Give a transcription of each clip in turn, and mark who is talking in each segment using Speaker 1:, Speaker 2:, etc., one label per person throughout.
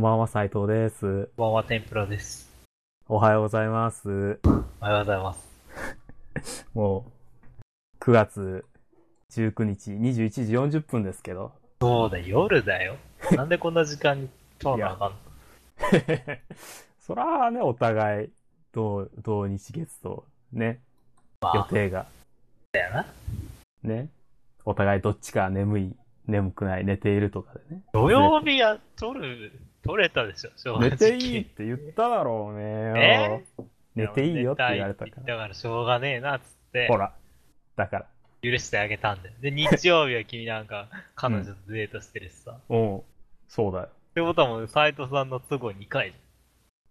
Speaker 1: ます。斉藤です。
Speaker 2: こんばんは、天ぷらです。
Speaker 1: おはようございます。
Speaker 2: おはようございます。
Speaker 1: もう、9月19日21時40分ですけど。
Speaker 2: そうだ、夜だよ。なんでこんな時間に撮らなあかんの
Speaker 1: そらね、お互い、同、同日月と、ね、
Speaker 2: ま
Speaker 1: 予
Speaker 2: あ、
Speaker 1: 定が、
Speaker 2: だよな。
Speaker 1: ね。お互いどっちか眠い、眠くない、寝ているとかでね。
Speaker 2: 土曜日や、撮る、撮れたでしょ、正直。
Speaker 1: 寝ていいって言っただろうね
Speaker 2: え。
Speaker 1: 寝ていいよって言われた
Speaker 2: 寝いって
Speaker 1: か
Speaker 2: 言
Speaker 1: ら。
Speaker 2: ったからしょうがねえな、つって
Speaker 1: ほ、ら。だから。
Speaker 2: 許してあげたんだよ。で、日曜日は君なん か、彼女とデートしてるしさ。っ
Speaker 1: うん。そうだよ。
Speaker 2: てことはもう、斎藤さんの都合2回じ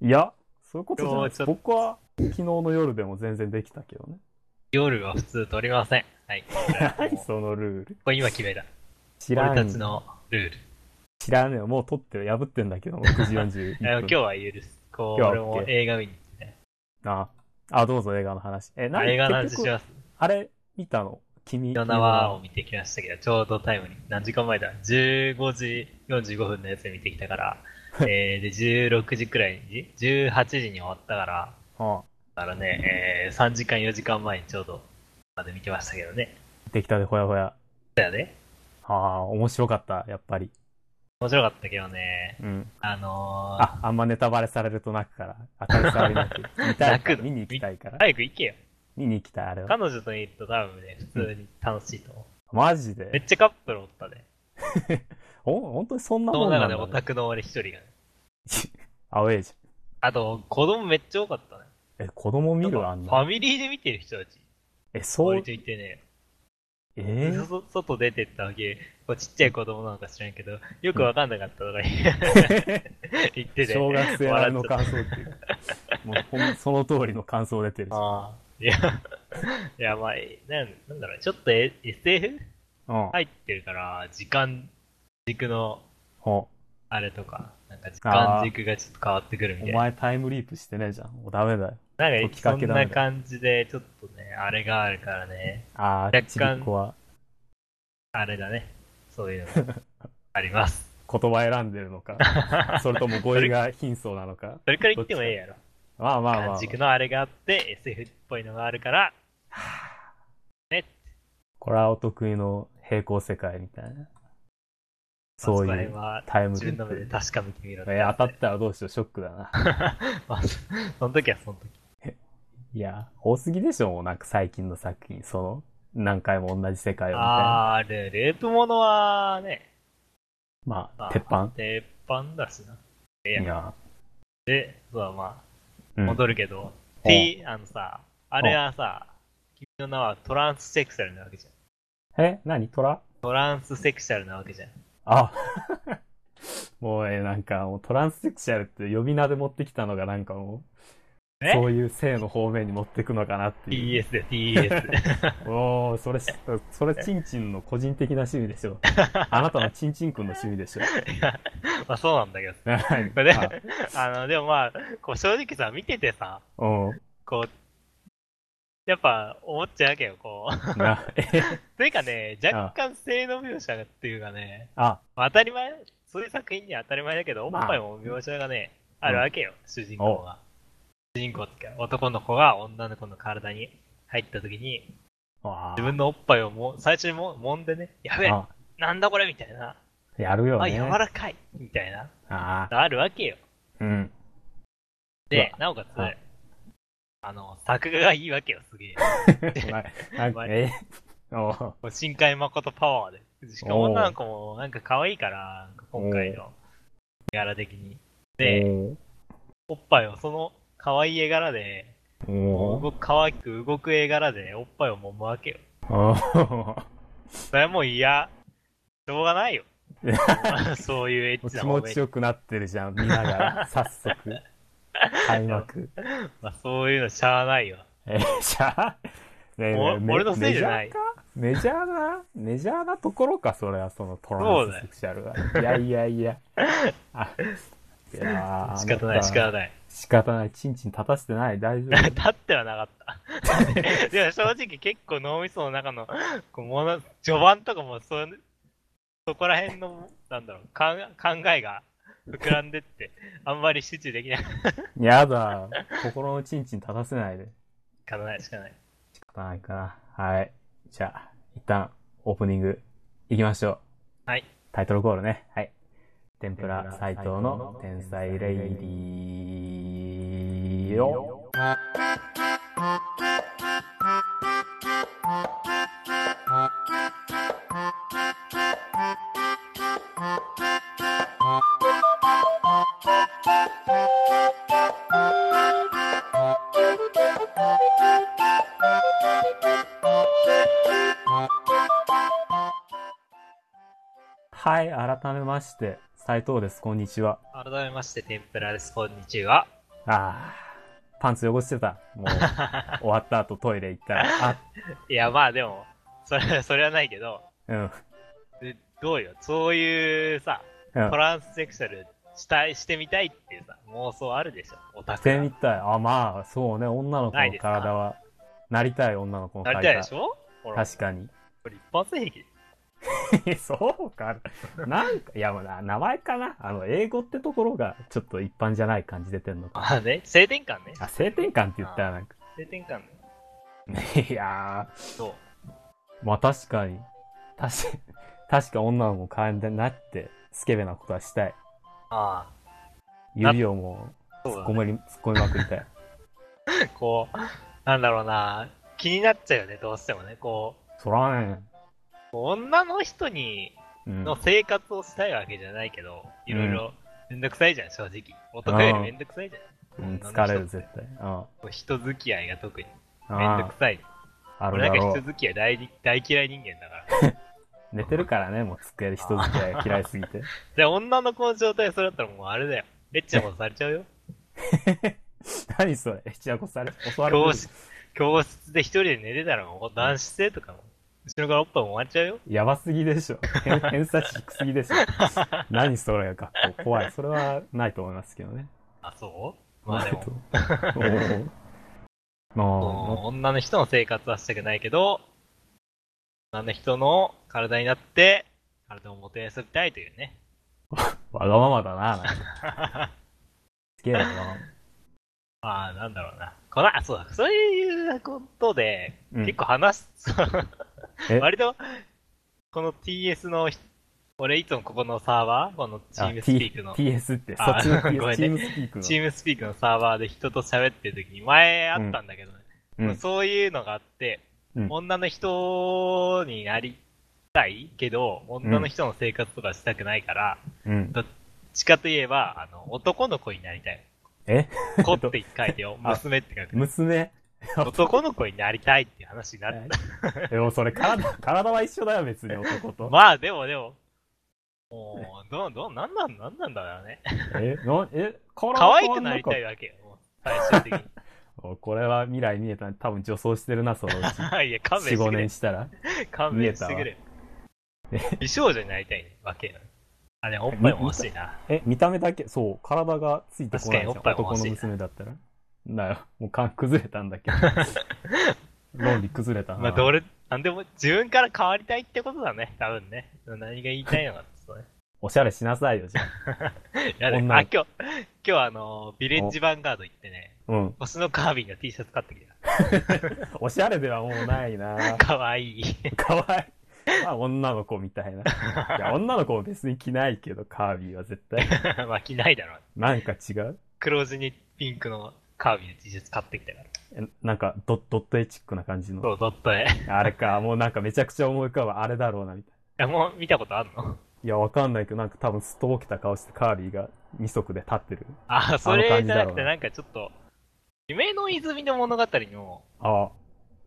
Speaker 1: いや、そういうことじゃないです。
Speaker 2: 今日はちょ
Speaker 1: 僕は昨日の夜でも全然できたけどね。
Speaker 2: ゃん。夜は普通撮りません。はい。
Speaker 1: 何
Speaker 2: もう
Speaker 1: そのルール。
Speaker 2: これ今決めた。
Speaker 1: 知ら
Speaker 2: 俺た
Speaker 1: ん
Speaker 2: ち。のルール。
Speaker 1: 知らんよ。もう撮ってる、破ってんだけども、9時41
Speaker 2: あの
Speaker 1: 分。
Speaker 2: 今日は許す。こう、
Speaker 1: 今日
Speaker 2: 俺
Speaker 1: は OK
Speaker 2: も映画見に行ってね。
Speaker 1: ああ、どうぞ映画の話。え、何
Speaker 2: 映画の話
Speaker 1: 結
Speaker 2: し
Speaker 1: 局
Speaker 2: ます。
Speaker 1: あれ、見たの君。
Speaker 2: 夜なわを見てきましたけど、ちょうどタイムに、何時間前だ ?15 時45分のやつ見てきたから、えー、で、16時くらいに、18時に終わったから、
Speaker 1: ああ
Speaker 2: だからね、えー、3時間4時間前にちょうど、まで見てましたけどね。
Speaker 1: できたでほやほや。
Speaker 2: だよね。
Speaker 1: ああ、面白かった、やっぱり。
Speaker 2: 面白かったけどね、
Speaker 1: うん。
Speaker 2: あのー、
Speaker 1: あ、あんまネタバレされると泣くから。当たり障りなく。見たい か
Speaker 2: 泣く
Speaker 1: ら。
Speaker 2: の
Speaker 1: 見に行きたいから。
Speaker 2: 早く行けよ。
Speaker 1: 見に行きたい、あれは。
Speaker 2: 彼女といると多分ね、普通に楽しいと思う。
Speaker 1: マジ
Speaker 2: めっ
Speaker 1: で。
Speaker 2: ちゃカップルおったね。
Speaker 1: ほん、本当にそんな
Speaker 2: そ
Speaker 1: も
Speaker 2: の
Speaker 1: んな
Speaker 2: 中
Speaker 1: ん
Speaker 2: で
Speaker 1: だ、
Speaker 2: オ
Speaker 1: ね
Speaker 2: タ。クの俺一人がね。
Speaker 1: アウェイじ
Speaker 2: あと、子供めっちゃ多かったね。
Speaker 1: ゃん。え、子供見るあん
Speaker 2: フ
Speaker 1: な。
Speaker 2: ァミリーで見てる人たち。
Speaker 1: え、そう
Speaker 2: 割、といてね。
Speaker 1: えー
Speaker 2: そ外出てったわけ、こうちっちゃい子供なんか知らんけど、よくわかんなかったと か 言ってて。
Speaker 1: 小学生あれの
Speaker 2: 笑っち
Speaker 1: 感
Speaker 2: ゃっ
Speaker 1: 想っていうか。もうほんその通りの感想出てる
Speaker 2: た
Speaker 1: し。
Speaker 2: あーいや、いやまあ、なんなんだろう、ちょっと、え SF
Speaker 1: うん。
Speaker 2: 入ってるから、時間軸の
Speaker 1: ほ
Speaker 2: あれとか、なんか時
Speaker 1: あ
Speaker 2: 間
Speaker 1: ー
Speaker 2: 軸がちょっと変わってくる
Speaker 1: う
Speaker 2: みた
Speaker 1: お
Speaker 2: いな。
Speaker 1: 前タイムリープしてねえじゃん。もうダメだよ。
Speaker 2: なん
Speaker 1: 時か
Speaker 2: か、そ
Speaker 1: け
Speaker 2: ん
Speaker 1: ダメだ
Speaker 2: な感じで、ちょっとね、あれがあるからね、
Speaker 1: ああ、
Speaker 2: 干
Speaker 1: ちびっこは
Speaker 2: あれだね、そういう のがあります。
Speaker 1: 言葉選んでるの か、それとも語彙が貧相なのか。
Speaker 2: それから言ってもええやろ。
Speaker 1: まあまあまあま
Speaker 2: 感
Speaker 1: あ。
Speaker 2: 軸のあれがあって、SF っぽいのがあるから、
Speaker 1: これはお得意の平行世界みたいな。そう
Speaker 2: まあ
Speaker 1: いう
Speaker 2: 辺は
Speaker 1: タイム
Speaker 2: 自
Speaker 1: リ
Speaker 2: 分
Speaker 1: ー
Speaker 2: の目で
Speaker 1: プ。
Speaker 2: 確かめてみろ
Speaker 1: えー当たったらどうしよう、ショックだな。
Speaker 2: まあ、 そその時はその時。
Speaker 1: いや、多すぎでしょ、もうなんか最近の作品、その、何回も同じ世界をみたいな。
Speaker 2: あー、で、ループものはね、
Speaker 1: まあ
Speaker 2: ま、あ
Speaker 1: 鉄板。
Speaker 2: 鉄板だしな。ええや
Speaker 1: い
Speaker 2: ん
Speaker 1: や、
Speaker 2: で、そうだま
Speaker 1: う
Speaker 2: あ、
Speaker 1: ん、
Speaker 2: 戻るけど、T、あのさ、あれはさ、君の名はトランスセクシャルなわけじゃん。
Speaker 1: え何トラ
Speaker 2: トランスセクシャルなわけじゃん。
Speaker 1: あもうえ、なんかもうトランスセクシャルって呼び名で持ってきたのがなんかもう、
Speaker 2: え
Speaker 1: そういう性の方面に持ってくのかなっていう。
Speaker 2: ?TS で TS。
Speaker 1: おー、それし、それチンチンの個人的な趣味でし ょ。あなたのチンチンくんの趣味でしょ。
Speaker 2: まあそうなんだけど。
Speaker 1: はい
Speaker 2: であの、でもまあ、こう正直さ、見ててさ、
Speaker 1: あうん。
Speaker 2: こう、やっぱ思っちゃうわけよ、こう。
Speaker 1: な、え、
Speaker 2: というかね、若干性の描写がっていうかね、
Speaker 1: あ、
Speaker 2: まあ当たり前、そういう作品には当たり前だけど、お
Speaker 1: まあ
Speaker 2: っぱいも描写がね、
Speaker 1: うん
Speaker 2: あるわけよ、主人公が。主人公っていうか、男の子が女の子の体に入った時に、
Speaker 1: わ
Speaker 2: 自分のおっぱいをもう最初にも揉んでね、やべえ、
Speaker 1: あ、
Speaker 2: なんだこれみたいな、
Speaker 1: やるよ
Speaker 2: あ、
Speaker 1: ね。
Speaker 2: 柔らかいみたいな、
Speaker 1: あ
Speaker 2: あるわけよ。
Speaker 1: ー うん。
Speaker 2: で、なおかつ
Speaker 1: あ、
Speaker 2: あの、作画がいいわけよ、すげえ。
Speaker 1: ななんか、え、 おー
Speaker 2: もう深海誠パワーで。しかも
Speaker 1: おう
Speaker 2: 女の子もなんか可愛いから、今回の絵柄的に。で、おっぱいをその可愛い絵柄で、
Speaker 1: おーおー
Speaker 2: 動く、可愛く動く絵柄でおっぱいを揉むわけよ。
Speaker 1: あ
Speaker 2: それはもう嫌。しょうがな いよ
Speaker 1: いや。
Speaker 2: そういうエ
Speaker 1: あ、
Speaker 2: ッチな
Speaker 1: 気
Speaker 2: 方
Speaker 1: 持
Speaker 2: 面
Speaker 1: ち。よくなってるじゃん、見ながら、早速。開幕。
Speaker 2: まあそういうのしゃあないよ。
Speaker 1: えー、じゃあ、ねえねえ
Speaker 2: お
Speaker 1: め
Speaker 2: 俺のせいじゃない。
Speaker 1: メジャーかメジャーな、メジャーなところか、それは、そのトランスセクシャルは。いやいやいや。あいやー
Speaker 2: 仕方ない、仕
Speaker 1: あ
Speaker 2: 方ない。
Speaker 1: た仕方ない。チンチン立たせてない。大丈
Speaker 2: 立ってはなかった。 でも正直結構脳みその中の、こうもの、序盤とかもそういう、そこら辺の、なんだろう、考え考えが膨らんでって、あんまり集中できない。
Speaker 1: やだ。心のチンチン立たせないで。
Speaker 2: かない、しかない。
Speaker 1: 仕方ないかな。はい。じゃあ、一旦オープニング行きましょう。
Speaker 2: はい。
Speaker 1: タイトルコールね。はい。天ぷら斎藤の天才レイディーよ。はい、改めまして、斎藤です。こんにちは。
Speaker 2: 改めまして、天ぷらです。こんにちは。
Speaker 1: あー、パンツ汚してた。もう、終わった後トイレ行ったら、あ、
Speaker 2: いや、まあでも、それは、それはないけど、
Speaker 1: うん、
Speaker 2: でどうよ。そういうさ、
Speaker 1: う
Speaker 2: ト
Speaker 1: ん。
Speaker 2: ランスセクシャルしたい、してみたいっていうさ、妄想あるでしょ。オタ
Speaker 1: し
Speaker 2: ク
Speaker 1: て
Speaker 2: は。
Speaker 1: みたい。あ、まあ、そうね、女の子
Speaker 2: ない
Speaker 1: の
Speaker 2: ですか
Speaker 1: 体は、なりたい女の子の
Speaker 2: なり
Speaker 1: 体。
Speaker 2: たいでしょほら、
Speaker 1: 確かに。
Speaker 2: これ一発兵器。
Speaker 1: そうかな。なんか、いや、まあ、名前かな。あの、英語ってところが、ちょっと一般じゃない感じ出てんのか。
Speaker 2: あ、ね、性転換ね。
Speaker 1: あ、性転換って言ったらなんか。
Speaker 2: 性転換ね。
Speaker 1: いや
Speaker 2: そう。
Speaker 1: ー、まあ確かに。確かに、確か女の子も可愛いんだなって、スケベなことはしたい。
Speaker 2: あ
Speaker 1: 指をも
Speaker 2: あ、
Speaker 1: う、
Speaker 2: そ
Speaker 1: 突
Speaker 2: う
Speaker 1: っ
Speaker 2: だ
Speaker 1: 込
Speaker 2: ね。
Speaker 1: めり、突っ込みまくりたい。
Speaker 2: こう、なんだろうな、気になっちゃうよね、どうしてもね。こう、
Speaker 1: そらね。
Speaker 2: 女の人に、
Speaker 1: うん。
Speaker 2: の生活をしたいわけじゃないけど、いろいろめんどくさいじゃん、正直。男よりめんどくさいじゃん。
Speaker 1: うん
Speaker 2: 女の人
Speaker 1: 疲れる、絶対。うん。
Speaker 2: こう人付き合いが特にめんど
Speaker 1: あ
Speaker 2: くさい。
Speaker 1: あ、あるだ
Speaker 2: 俺なんか
Speaker 1: ろ
Speaker 2: 人
Speaker 1: う。
Speaker 2: 付き合い大に大嫌い人間だから。
Speaker 1: 寝てるからね、もう机で人付き合いが嫌いすぎて。
Speaker 2: で、女の子の状態それだったらもうあれだよ。エッチなことされちゃうよ。
Speaker 1: 何それちやこされ、襲われて
Speaker 2: 教
Speaker 1: る。
Speaker 2: 室、教室で一人で寝てたらもう男子生とかも、後ろからおっぱいも終わっちゃうよ。
Speaker 1: やばすぎでしょ。偏偏差値低すぎで しょ。何それ学校怖い。それはないと思いますけどね。
Speaker 2: あ、そうまあ でも、
Speaker 1: ないと思 う。も
Speaker 2: そう女の人の生活はしたくないけど、女の人の体になって、体をもてあそびたいというね。
Speaker 1: う、わがままだな、なんかすげえわがまま。
Speaker 2: ああ、なんだろうな。この、あ、そうだ、そういうことで、
Speaker 1: うん
Speaker 2: 結構話す、
Speaker 1: え
Speaker 2: 割と、この TS のひ、俺いつもここのサーバーこの チ
Speaker 1: あ
Speaker 2: ームスピークの、
Speaker 1: T- TS って、そ
Speaker 2: あ
Speaker 1: っちの TS
Speaker 2: ごめんね
Speaker 1: チームスピークの。
Speaker 2: チームスピークのサーバーで人と喋ってる時に、前あったんだけどね、
Speaker 1: うんうん
Speaker 2: そういうのがあって、
Speaker 1: うん
Speaker 2: 女の人になりたいけど、女の人の生活とかしたくないから、
Speaker 1: うん。
Speaker 2: 地下といえば、あの、男の子になりたい。
Speaker 1: え
Speaker 2: 子って書いてよ、
Speaker 1: あ
Speaker 2: 娘って書く。
Speaker 1: 娘
Speaker 2: 男の子になりたいっていう話になった
Speaker 1: でもそれ 体、体は一緒だよ、別に男と。
Speaker 2: まあでもでも、もう、どう、どう、なんなん、なんなんだろうね。
Speaker 1: え、な、え、体
Speaker 2: 可
Speaker 1: は
Speaker 2: 愛
Speaker 1: 変わ
Speaker 2: く
Speaker 1: ん
Speaker 2: な
Speaker 1: な
Speaker 2: り
Speaker 1: かった
Speaker 2: いわけよ、もう最終的に。
Speaker 1: おこれは未来見えた。多分女装してるな、そのうち。
Speaker 2: いや、勘弁
Speaker 1: 4、
Speaker 2: して
Speaker 1: 5
Speaker 2: くれ
Speaker 1: 年。したら。
Speaker 2: 勘弁してくれ。美少女になりたいわけよ。あれ、おっぱいも欲しいな。
Speaker 1: え、見た目だけ、そう、体がついてこないんですよ
Speaker 2: 確かにおっぱいも
Speaker 1: 男の
Speaker 2: 欲しいな
Speaker 1: 娘だったら。なよ、もう勘崩れたんだ けど。論理崩れたな。
Speaker 2: まあ、どれ、なんでも、自分から変わりたいってことだね、多分ね。何が言いたいのかってことね。
Speaker 1: おしゃれしなさいよ、じゃあ。
Speaker 2: いやね、
Speaker 1: 女の
Speaker 2: あ、今日、今日あの、ビレッジヴァンガード行ってね、
Speaker 1: うん。
Speaker 2: 星のカービィの T シャツ買ってきた。。
Speaker 1: おしゃれではもうないな
Speaker 2: かわいい。
Speaker 1: かわいい。まあ、女の子みたいな。いや、女の子も別に着ないけど、カービィは絶対。
Speaker 2: まあ、着ないだろう。
Speaker 1: なんか違う。
Speaker 2: 黒地にピンクのカービィの T シャツ買ってきたから。
Speaker 1: えなんかド、ドットエチックな感じの。
Speaker 2: そう、ドット絵。い
Speaker 1: あれか、もうなんかめちゃくちゃ思い浮かぶ。あれだろうな、みたいな。
Speaker 2: や、もう見たことあんの
Speaker 1: いや、わかんないけど、なんか多分すっとぼけた顔してカービィが二足で立ってる。
Speaker 2: あ、それじゃな
Speaker 1: あの感
Speaker 2: く
Speaker 1: じだろ
Speaker 2: て、
Speaker 1: う
Speaker 2: なんかちょっと、夢の泉の物語の、
Speaker 1: ああ、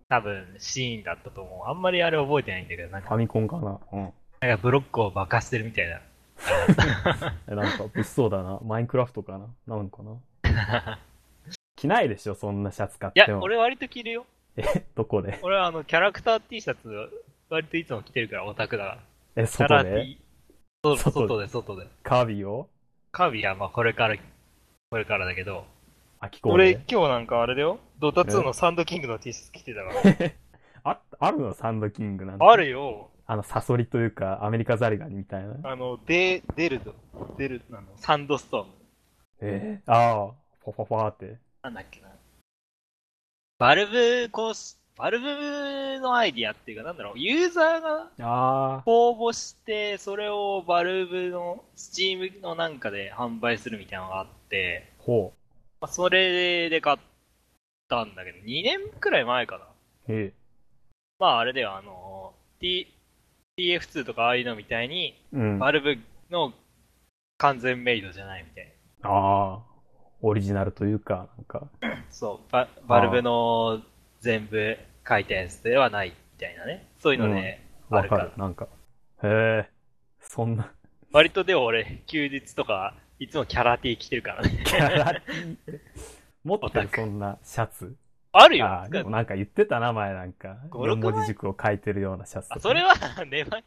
Speaker 2: 多分、シーンだったと思う。あんまりあれ覚えてないんだけど、なん
Speaker 1: フ
Speaker 2: か、
Speaker 1: ァミコンかな。うん。
Speaker 2: なんかブロックを爆破してるみたいな。
Speaker 1: え、なんか、物騒だな。マインクラフトかななのかな着ないでしょ、そんなシャツ買っ
Speaker 2: いや
Speaker 1: て、も。
Speaker 2: 俺割と着るよ。
Speaker 1: え、どこで
Speaker 2: 俺はあの、キャラクター T シャツ、割といつも着てるから、オタクだから。
Speaker 1: え、
Speaker 2: キャ
Speaker 1: 外
Speaker 2: ラ
Speaker 1: で
Speaker 2: T。そう
Speaker 1: 外で
Speaker 2: 外で、外で。
Speaker 1: カービィを
Speaker 2: カービィはまあこれから、これからだけど。
Speaker 1: あ、着込ん
Speaker 2: 俺
Speaker 1: で。
Speaker 2: 今日なんかあれだよ。ドタ2のサンドキングの T シャツ着てたから。
Speaker 1: あ、あるのサンドキングなんて。
Speaker 2: あるよ。
Speaker 1: あの、サソリというか、アメリカザリガニみたいな。
Speaker 2: あの、で、出ると、出る、あの、サンドストーム。
Speaker 1: えー、ああ、ファファファーって。
Speaker 2: なんだっけな。バルブコース、バルブのアイディアっていうか、なんだろう、ユーザーが
Speaker 1: あ
Speaker 2: 応募して、それをバルブの、スチームのなんかで販売するみたいなのがあって、
Speaker 1: あ、ほ
Speaker 2: まあ、それで買ったんだけど、2年くらい前かな。
Speaker 1: う。え
Speaker 2: まああれだよ、あの、T、TF2 とかああいうのみたいに、
Speaker 1: えうん。あ
Speaker 2: バルブの完全メイドじゃないみたいな。
Speaker 1: あ、オリジナルというか、なんか。
Speaker 2: そう、ババルブの全部回転数ではないみたいなね。そういうのね、あ
Speaker 1: わ
Speaker 2: るか。
Speaker 1: からる、なんか。へえ、そん な、
Speaker 2: 割とでも俺、休日とか、いつもキャラ T 着てるからね。
Speaker 1: キャラティって。持って
Speaker 2: オタ
Speaker 1: る、
Speaker 2: ク
Speaker 1: そんなシャツ。
Speaker 2: あるよ。
Speaker 1: ああ、でもなんか言ってたな、前なんか。
Speaker 2: 五
Speaker 1: 四
Speaker 2: 六枚
Speaker 1: 文字熟を書いてるようなシャツ。
Speaker 2: あ、 それは、 ねばい。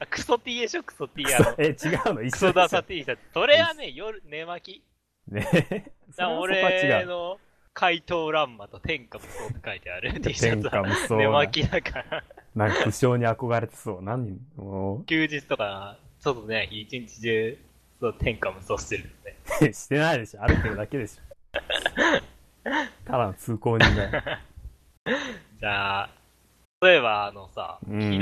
Speaker 2: あクソ T でしょ、クソ T。あの、
Speaker 1: え、違うの一
Speaker 2: ク
Speaker 1: 緒
Speaker 2: ソ
Speaker 1: で
Speaker 2: ダ
Speaker 1: しょ
Speaker 2: サ T シャツ。それはね、夜、寝巻き。
Speaker 1: ねえ。それ
Speaker 2: だから
Speaker 1: はそこは違
Speaker 2: 俺
Speaker 1: う。
Speaker 2: の、怪盗乱魔と天下無双って書いてある T シャ
Speaker 1: 天
Speaker 2: ツ
Speaker 1: 下
Speaker 2: は。
Speaker 1: 無双
Speaker 2: 寝
Speaker 1: な。
Speaker 2: 巻きだから、
Speaker 1: なんか武将に憧れてそう。何も
Speaker 2: 休日とか、外でね、一日中、そう、天下無双してるんで。
Speaker 1: う、 してないでしょ。歩いてるだけでしょ。ただの通行人だよ。
Speaker 2: じゃあ、例えばあのさ、
Speaker 1: うん
Speaker 2: 昨日、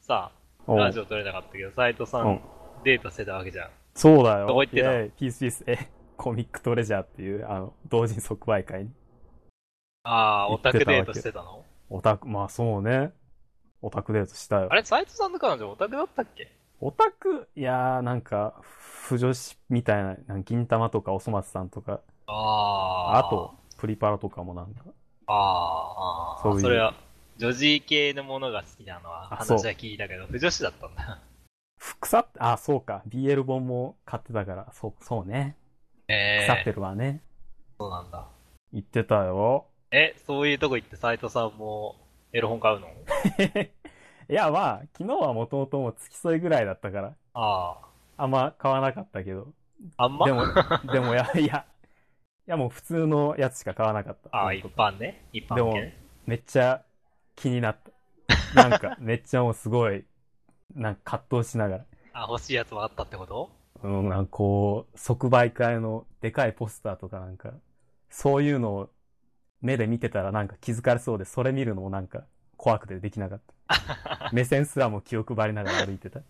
Speaker 2: さ、
Speaker 1: おう
Speaker 2: ラジオ撮れなかったけど、斎藤さ
Speaker 1: うんん
Speaker 2: デートしてたわけじゃん。
Speaker 1: そうだよ。
Speaker 2: どこ行ってた
Speaker 1: イェイピースピース。え、コミックトレジャーっていう、あの、同人即売会に。
Speaker 2: ああ、
Speaker 1: 行
Speaker 2: オ
Speaker 1: ってた
Speaker 2: タ
Speaker 1: わけ
Speaker 2: クデートしてたの
Speaker 1: オタク、まあそうね。オタクデートしたよ
Speaker 2: あ。れ、斎藤さんの彼女オタクだったっけ
Speaker 1: オタク、いやーなんか、不女子みたいな、なんか銀玉とかおそ松さんとか、
Speaker 2: ああ
Speaker 1: あ。と、、プリパラとかもなんか、
Speaker 2: ああ、
Speaker 1: そういう
Speaker 2: それは、女児系のものが好きなのは、
Speaker 1: あそう
Speaker 2: 話は聞いたけど、不女子だった んだ。
Speaker 1: 腐って、あ、そうか。BL 本も買ってたから、そう、そうね。
Speaker 2: え
Speaker 1: 腐
Speaker 2: え
Speaker 1: ってるわね。
Speaker 2: そうなんだ。
Speaker 1: 言ってたよ。
Speaker 2: え、そういうとこ行って斎藤さんも、エロ本買うの
Speaker 1: いや、まあ、昨日はもともともう付き添いぐらいだったから、
Speaker 2: あ
Speaker 1: あんま買わなかったけど。
Speaker 2: あ、あんま
Speaker 1: でも、でも、いや、いや、いやもう普通のやつしか買わなかった。
Speaker 2: ああ、一般ね。一般系ね。
Speaker 1: めっちゃ気になった。なんか、 めっちゃもうすごい、なんか葛藤しながら。
Speaker 2: あ、欲しいやつもあったってこと
Speaker 1: うん、なんかこう、即売会のでかいポスターとかなんか、そういうのを目で見てたらなんか気づかれそうで、それ見るのもなんか怖くてできなか った。目線すらも気を配りながら歩いてた。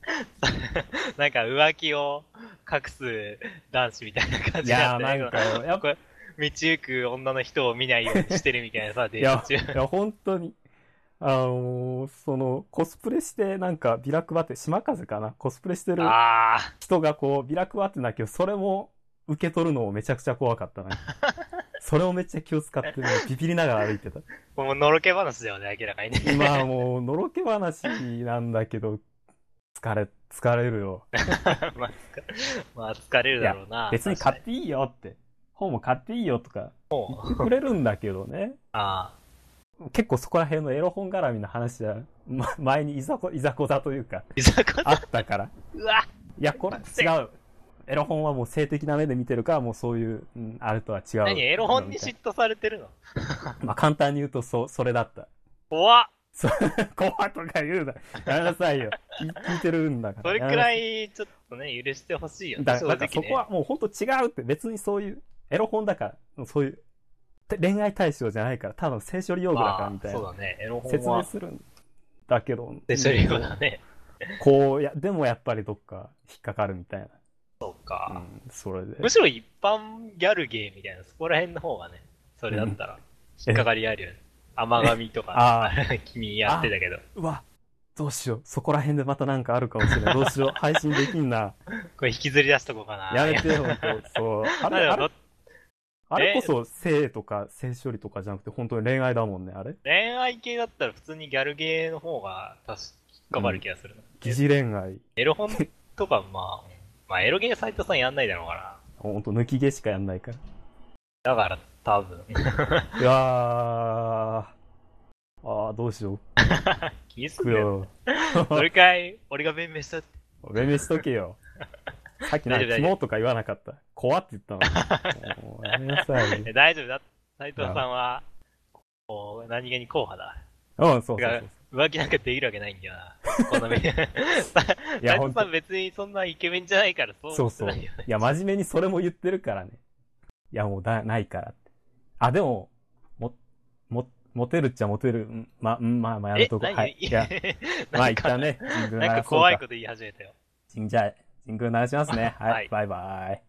Speaker 2: なんか浮気を隠す男子みたいな感
Speaker 1: い
Speaker 2: じだ
Speaker 1: やー
Speaker 2: った
Speaker 1: な
Speaker 2: ね
Speaker 1: んか、やっぱ、い
Speaker 2: 道行く女の人を見ないようにしてるみたいなさ、デー
Speaker 1: や
Speaker 2: ト、中。
Speaker 1: いや本当に、あのーその、コスプレしてなんかビラ配って、島風かなコスプレしてる
Speaker 2: ああ、
Speaker 1: 人がこう、ビラ配ってんだけど、それも受け取るのもめちゃくちゃ怖かった ね。それをめっちゃ気を使って、もうビビりながら歩いてた。
Speaker 2: もうのろけ話だよね、明らかにね。
Speaker 1: まあもう、のろけ話なんだけど、疲れ、疲れるよ。
Speaker 2: まあ、つか まあ、疲れるだろうな。
Speaker 1: 別に
Speaker 2: 確
Speaker 1: 買
Speaker 2: か
Speaker 1: っていいよって。本も買っていいよとか言ってくれるんだけどね。
Speaker 2: あ
Speaker 1: 結構そこら辺のエロ本絡みの話は、ま、前にいざこ、いざこざというか、
Speaker 2: あ、居酒屋
Speaker 1: あったから。
Speaker 2: うわ
Speaker 1: いや、 これ違う。エロ本はもう性的な目で見てるから、もうそういう、うん、あれとは違う。
Speaker 2: 何エロ本に嫉妬されてるの
Speaker 1: まあ簡単に言うと、そう、それだった。
Speaker 2: 怖っ
Speaker 1: 怖とか言うな。やめなさいよ。聞聞いてるんだから。
Speaker 2: それくら
Speaker 1: い。
Speaker 2: い、ちょっとね、許してほしいよね。
Speaker 1: だ
Speaker 2: 正
Speaker 1: だ
Speaker 2: 直
Speaker 1: から
Speaker 2: ね。
Speaker 1: そこはもう本当違うって、別にそういう、エロ本だから、そういう、て恋愛対象じゃないから、ただの性処理用具だ
Speaker 2: ま
Speaker 1: から
Speaker 2: あ
Speaker 1: みたい
Speaker 2: そ
Speaker 1: な。
Speaker 2: うだね。エロ本
Speaker 1: 説明
Speaker 2: は、
Speaker 1: するんだけど。
Speaker 2: で、それようだね。
Speaker 1: こう、いや、でもやっぱりどっか引っかかるみたい
Speaker 2: そう
Speaker 1: な。う
Speaker 2: か。
Speaker 1: ん、それで。
Speaker 2: むしろ一般ギャルゲーみたいな、そこら辺の方がね、それだったら、引っかかりあるよね。甘神とか、
Speaker 1: ああ、
Speaker 2: 君やってたけど。
Speaker 1: うわ、どうしよう。そこら辺でまたなんかあるかもしれない。どうし よう。配信できんな。
Speaker 2: これ引きずり出しとこうかな。
Speaker 1: やめてよ、本当そう。あ
Speaker 2: ま
Speaker 1: れ、
Speaker 2: あ
Speaker 1: あ
Speaker 2: で
Speaker 1: れ
Speaker 2: も
Speaker 1: あれこそ性とか性処理とかじゃなくて本当に恋愛だもんね、あれ。
Speaker 2: 恋愛系だったら普通にギャルゲーの方が、確か引っかかる気がするな。
Speaker 1: 疑似恋愛。
Speaker 2: エロ本とか、まあ、まあ、エロゲー斎藤さんやんないだろうか
Speaker 1: ほんと抜き毛しかやんないから。
Speaker 2: ら。だから、多分。
Speaker 1: いやー。あー、どうしよ
Speaker 2: 気にす
Speaker 1: う。
Speaker 2: ん
Speaker 1: く
Speaker 2: な
Speaker 1: よ。
Speaker 2: よ。それかい、俺が弁明したって。
Speaker 1: 弁明しとけ よ。さっきなん
Speaker 2: 大丈
Speaker 1: か、キ
Speaker 2: 夫
Speaker 1: モとか言わなかった。怖って言った の。もうやめなさいよ。
Speaker 2: え大丈夫だ。斎藤さんは、こう、何気に硬派だ。
Speaker 1: うん、そうそうそう。
Speaker 2: 浮気なんかできるわけないんだよな。このみ、
Speaker 1: いや、
Speaker 2: ダ
Speaker 1: ほ
Speaker 2: ン
Speaker 1: ん
Speaker 2: パ
Speaker 1: と
Speaker 2: ン別にそんなイケメンじゃないから、そう
Speaker 1: そ
Speaker 2: 思
Speaker 1: う
Speaker 2: って
Speaker 1: そう。
Speaker 2: ない
Speaker 1: い
Speaker 2: よね。
Speaker 1: や、真面目にそれも言ってるからね。いや、もうだ、ないからって。あ、でも、も、も、モテるっちゃモテる。うんま、うんまあ、まあ、やるとこ。
Speaker 2: え、何
Speaker 1: はい。いや、まあ、
Speaker 2: なん
Speaker 1: 一
Speaker 2: か
Speaker 1: 旦ね、ジングル
Speaker 2: なん
Speaker 1: 鳴
Speaker 2: から
Speaker 1: そう
Speaker 2: 怖い
Speaker 1: か
Speaker 2: こ。と言い始めたよ。
Speaker 1: ジンじゃあ、ジングル鳴らしますね。はい、
Speaker 2: はい
Speaker 1: バイバイ。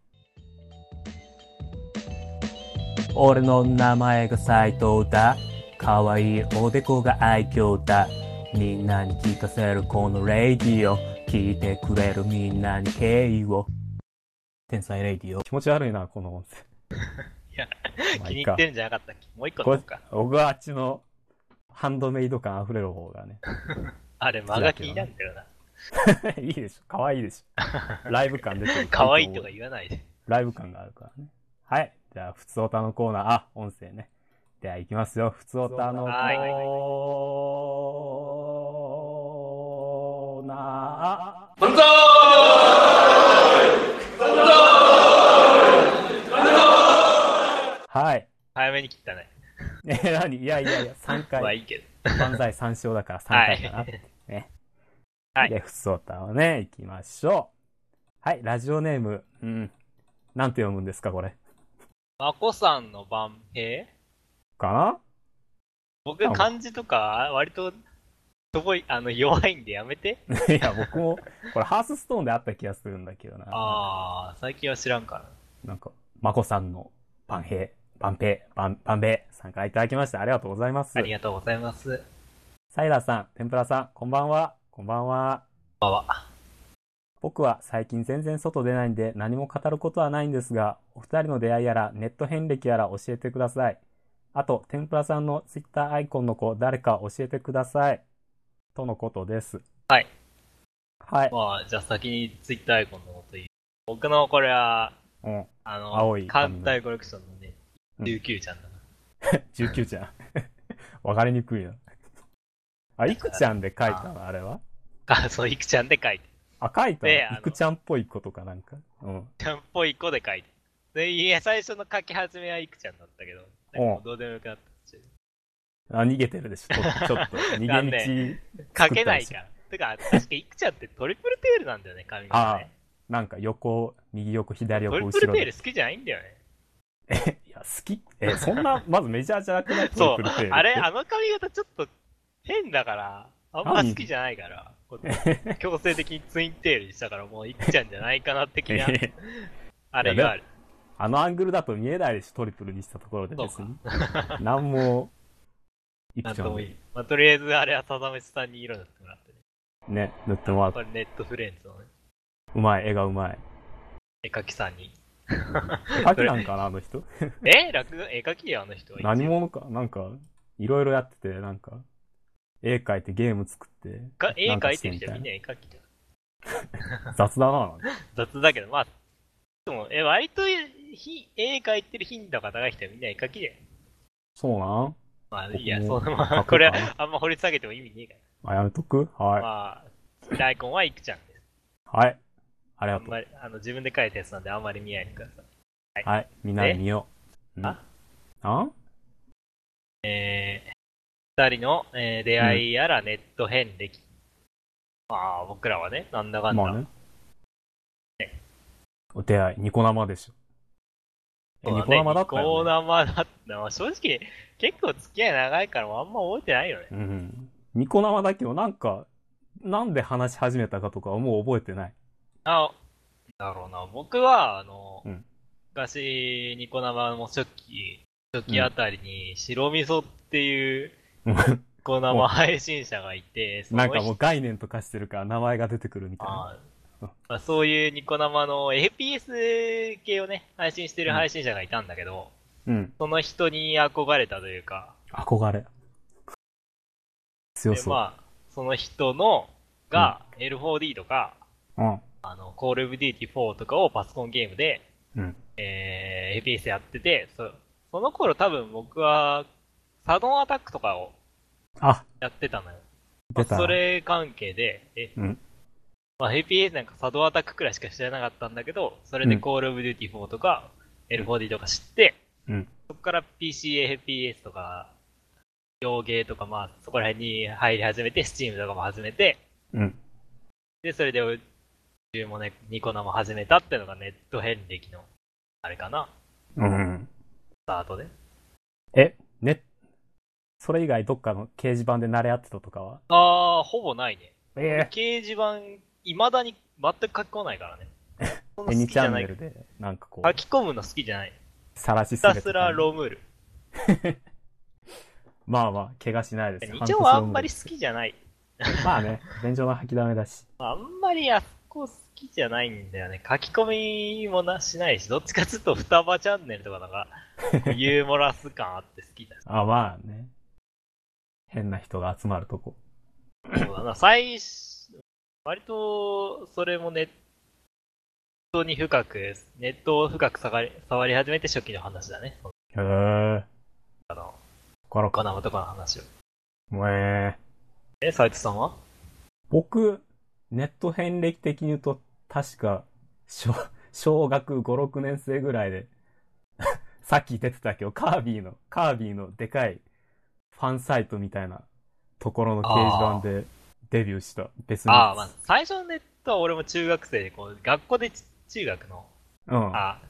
Speaker 1: 俺の名前が斉藤だ。可愛いおでこが愛嬌だ。みんなに聞かせるこのレディオ。聞いてくれるみんなに敬意を。天才レディオ。気持ち悪いな、この音声。
Speaker 2: いや
Speaker 1: まあ
Speaker 2: 気
Speaker 1: い
Speaker 2: に
Speaker 1: い
Speaker 2: 入
Speaker 1: か
Speaker 2: ってるんじゃなかったっけもう一個
Speaker 1: こ
Speaker 2: と
Speaker 1: れ
Speaker 2: か。
Speaker 1: 僕はあっちのハンドメイド感溢れる方がね。
Speaker 2: あれ、間が気になるんだよな。
Speaker 1: いいでしょ。可愛いでし ょ。ライブ感出てる。
Speaker 2: 可愛いとか言わないで。
Speaker 1: ライブ感があるからね。はい。じゃあ、普通オタのコーナー、あ、音声ね。では、行きますよ。普通オタのコ
Speaker 2: はいはいはい
Speaker 1: ーナー。はい。
Speaker 2: 早めに切ったね。
Speaker 1: え、何いやいやいや、3
Speaker 2: まあい
Speaker 1: 回。
Speaker 2: いけど。
Speaker 1: 万歳3勝だから3回かな。
Speaker 2: はい
Speaker 1: ね。
Speaker 2: はい
Speaker 1: で、普通オタをね、行きましょう。はい、ラジオネーム。うん。なんて読むんですか、これ。
Speaker 2: まこさんの番兵
Speaker 1: かな
Speaker 2: 僕、漢字とか、割と、すごい、あの、弱いんでや めて。
Speaker 1: いや、僕も、これ、ハースストーンであった気がするんだけどな。
Speaker 2: あー、最近は知らんから。
Speaker 1: なんか、まこさんの、パンヘイ、パンペイ、パン、パンベイ、参加いただきまして、ありがとうございます
Speaker 2: あ。りがとうございます。
Speaker 1: サイラーさん、天ぷらさん、こんばんは。こんばんは。
Speaker 2: こんばんは。
Speaker 1: 僕は最近全然外出ないんで何も語ることはないんですが、お二人の出会いやらネット遍歴やら教えてください。あと、天ぷらさんのツイッターアイコンの子誰か教えてください。とのことです。
Speaker 2: はい。
Speaker 1: はい。
Speaker 2: まあ、じゃあ先にツイッターアイコンのこと言う。僕のこれは、
Speaker 1: うん。
Speaker 2: あの、
Speaker 1: 青い
Speaker 2: 艦隊コレクションのね、
Speaker 1: うん
Speaker 2: 19ちゃんだな。
Speaker 1: 19ちゃん。 わかりにくいな。あ、いくちゃんで書いたのあれは
Speaker 2: あ、 そう、いくちゃんで書いて。
Speaker 1: あ、書いたの
Speaker 2: であの
Speaker 1: いくちゃんっぽいことかなんか。うん。
Speaker 2: ちゃんっぽい子で書いて。で、いや、最初の書き始めはいくちゃんだったけど、なんかもうどうでもよくなったし。
Speaker 1: あ、逃げてるでしょ。ちょち ょっと。
Speaker 2: な
Speaker 1: 逃
Speaker 2: ん
Speaker 1: げ道
Speaker 2: で、書けないから。てか、確かいくちゃんってトリプルテールなんだよね、髪がね。
Speaker 1: なんか横、右横、左
Speaker 2: ト
Speaker 1: 横、
Speaker 2: リ
Speaker 1: 後
Speaker 2: プル
Speaker 1: ろ
Speaker 2: テー
Speaker 1: で
Speaker 2: ル。好きじゃないんだよね。
Speaker 1: いや、好き。え、そんな、まずメジャーじゃなくない
Speaker 2: そ
Speaker 1: ト
Speaker 2: う
Speaker 1: リプルテールっ、て
Speaker 2: あれ、あの髪型ちょっと変だから、あんま好きじゃないから、こう強制的にツインテールにしたから、もういくちゃんじゃないか な的な、あれがある。
Speaker 1: あのアングルだと見えないでしょ、トリプルにしたところで別に。なんも、い
Speaker 2: な
Speaker 1: く
Speaker 2: ん
Speaker 1: ちゃ
Speaker 2: と
Speaker 1: ん
Speaker 2: もい
Speaker 1: に
Speaker 2: い。まあ、とりあえず、あれはさざめさんに色塗ってもらってね。
Speaker 1: ね、塗ってもら
Speaker 2: や
Speaker 1: っ。
Speaker 2: ってぱりネットフレンズのね、
Speaker 1: うまい、絵がう まい。
Speaker 2: 絵描きさ んに。
Speaker 1: 秋なんかな、あの人。
Speaker 2: え落語絵描きやあの人は。
Speaker 1: 何者か、なんか、いろいろやってて、なんか、絵描いてゲーム作って、
Speaker 2: か絵
Speaker 1: なんか
Speaker 2: 描い
Speaker 1: して
Speaker 2: て
Speaker 1: み
Speaker 2: る
Speaker 1: たいな
Speaker 2: 人はみんな絵描きだよ。
Speaker 1: 雑だな、なんか。
Speaker 2: 雑だけど、まあ、でも、え、割とひ、絵描いてる頻度が高い人はみんな絵描きだよ。
Speaker 1: そうなん
Speaker 2: まあ、いいや、そ
Speaker 1: 僕も
Speaker 2: の
Speaker 1: 描こう
Speaker 2: ま
Speaker 1: かな
Speaker 2: ま、これはあんま掘り下げても意味ねえか
Speaker 1: あ、やめとく
Speaker 2: ら。
Speaker 1: は
Speaker 2: まあ、大根はいくちゃんです。
Speaker 1: い。はい。あり
Speaker 2: あ
Speaker 1: が
Speaker 2: ん
Speaker 1: と
Speaker 2: まり、あの、自分で描いたやつなんであんまり見ないでください。
Speaker 1: う。はい。みんなで見よう。うん
Speaker 2: あ
Speaker 1: あ
Speaker 2: えー、二人の、えー出会いやらネット遍歴。まあ、僕らはね、なんだかんだ。
Speaker 1: まあね。お手合い、ニコ生でしょ。え
Speaker 2: そう
Speaker 1: ニコ生だった
Speaker 2: ね。ニコ
Speaker 1: よ、ね。
Speaker 2: 生だった。まあ正直、結構付き合い長いからもうあんま覚えてないよね。
Speaker 1: うん。ニコ生だけど、なんか、なんで話し始めたかとかはもう覚えてない。
Speaker 2: あ、だろうな。僕は、あの、
Speaker 1: うん
Speaker 2: 昔、ニコ生の初期、初期あたりに、白味噌っていうニコ生配信者がいて、その
Speaker 1: なんかも
Speaker 2: 人
Speaker 1: う概念と化してるから名前が出てくるみたいな。
Speaker 2: あーまあ、そういうニコ生の FPS 系をね、配信してる配信者がいたんだけど、
Speaker 1: うん。
Speaker 2: その人に憧れたというか、
Speaker 1: 憧れ。強
Speaker 2: で、
Speaker 1: そう。
Speaker 2: まあ、その人のが、L4D とか、
Speaker 1: うん。
Speaker 2: あの、コールオブデューティ4とかをパソコンゲームで、
Speaker 1: うん。
Speaker 2: えー、FPS やってて、そその頃多分僕は、サドンアタックとかを
Speaker 1: あ、
Speaker 2: やってたのよ。
Speaker 1: 出た。
Speaker 2: それ関係で、え、
Speaker 1: うん
Speaker 2: まあ、FPS なんかサドンアタックくらいしか知らなかったんだけど、それで
Speaker 1: うん
Speaker 2: コールオブデューティ4とか、L4D とか知って、
Speaker 1: うん
Speaker 2: そこから PCAFPS とか、洋芸とか、まあ、そこら辺に入り始めて、スチームとかも始めて、
Speaker 1: うん。
Speaker 2: で、それで、注文ね、ニコ生も始めたっていうのがネット遍歴の、あれかな、
Speaker 1: うん。
Speaker 2: スタートで。
Speaker 1: え、ね、それ以外どっかの掲示板で慣れ合ってたとかは
Speaker 2: あー、ほぼないね。
Speaker 1: え
Speaker 2: 掲示板、未だに全く書き込まないか らね。そんな好
Speaker 1: 2
Speaker 2: きじ
Speaker 1: チャ
Speaker 2: ゃ
Speaker 1: ン
Speaker 2: な
Speaker 1: ネ
Speaker 2: い。
Speaker 1: ルで、なんかこ
Speaker 2: 書
Speaker 1: う、
Speaker 2: き込むの好きじゃない。
Speaker 1: さらし
Speaker 2: ひ
Speaker 1: す
Speaker 2: た
Speaker 1: べ
Speaker 2: すらロムール。
Speaker 1: まあまあ、怪我しないです。
Speaker 2: 一応はあんまり
Speaker 1: 半
Speaker 2: 好きじゃない。
Speaker 1: 年ロングまあね、便所の吐きだめだし。
Speaker 2: あんまりあそこ好きじゃないんだよね。書き込みもなしないし、どっちかっていうと双葉チャンネルとか なんか、ユーモラス感あって好きだ。
Speaker 1: あ、まあね。変な人が集まるとこ。
Speaker 2: そうだな。最初、割と、それもネットに深く、ネットを深く触り触り始めて初期の話だね。
Speaker 1: へえ。
Speaker 2: あの、
Speaker 1: この
Speaker 2: コナマとかの話を。
Speaker 1: もえ
Speaker 2: え、斉藤さんは
Speaker 1: 僕、ネット遍歴的に言うと、確か、小、小学5、6年生ぐらいで、 さっき出てたけど、カービィの、カービィのでかいファンサイトみたいなところの掲示板でデビューした。別に。
Speaker 2: ああ、まあ、最初のネットは俺も中学生で、こう、学校でち中学の、
Speaker 1: うん。あ
Speaker 2: あ、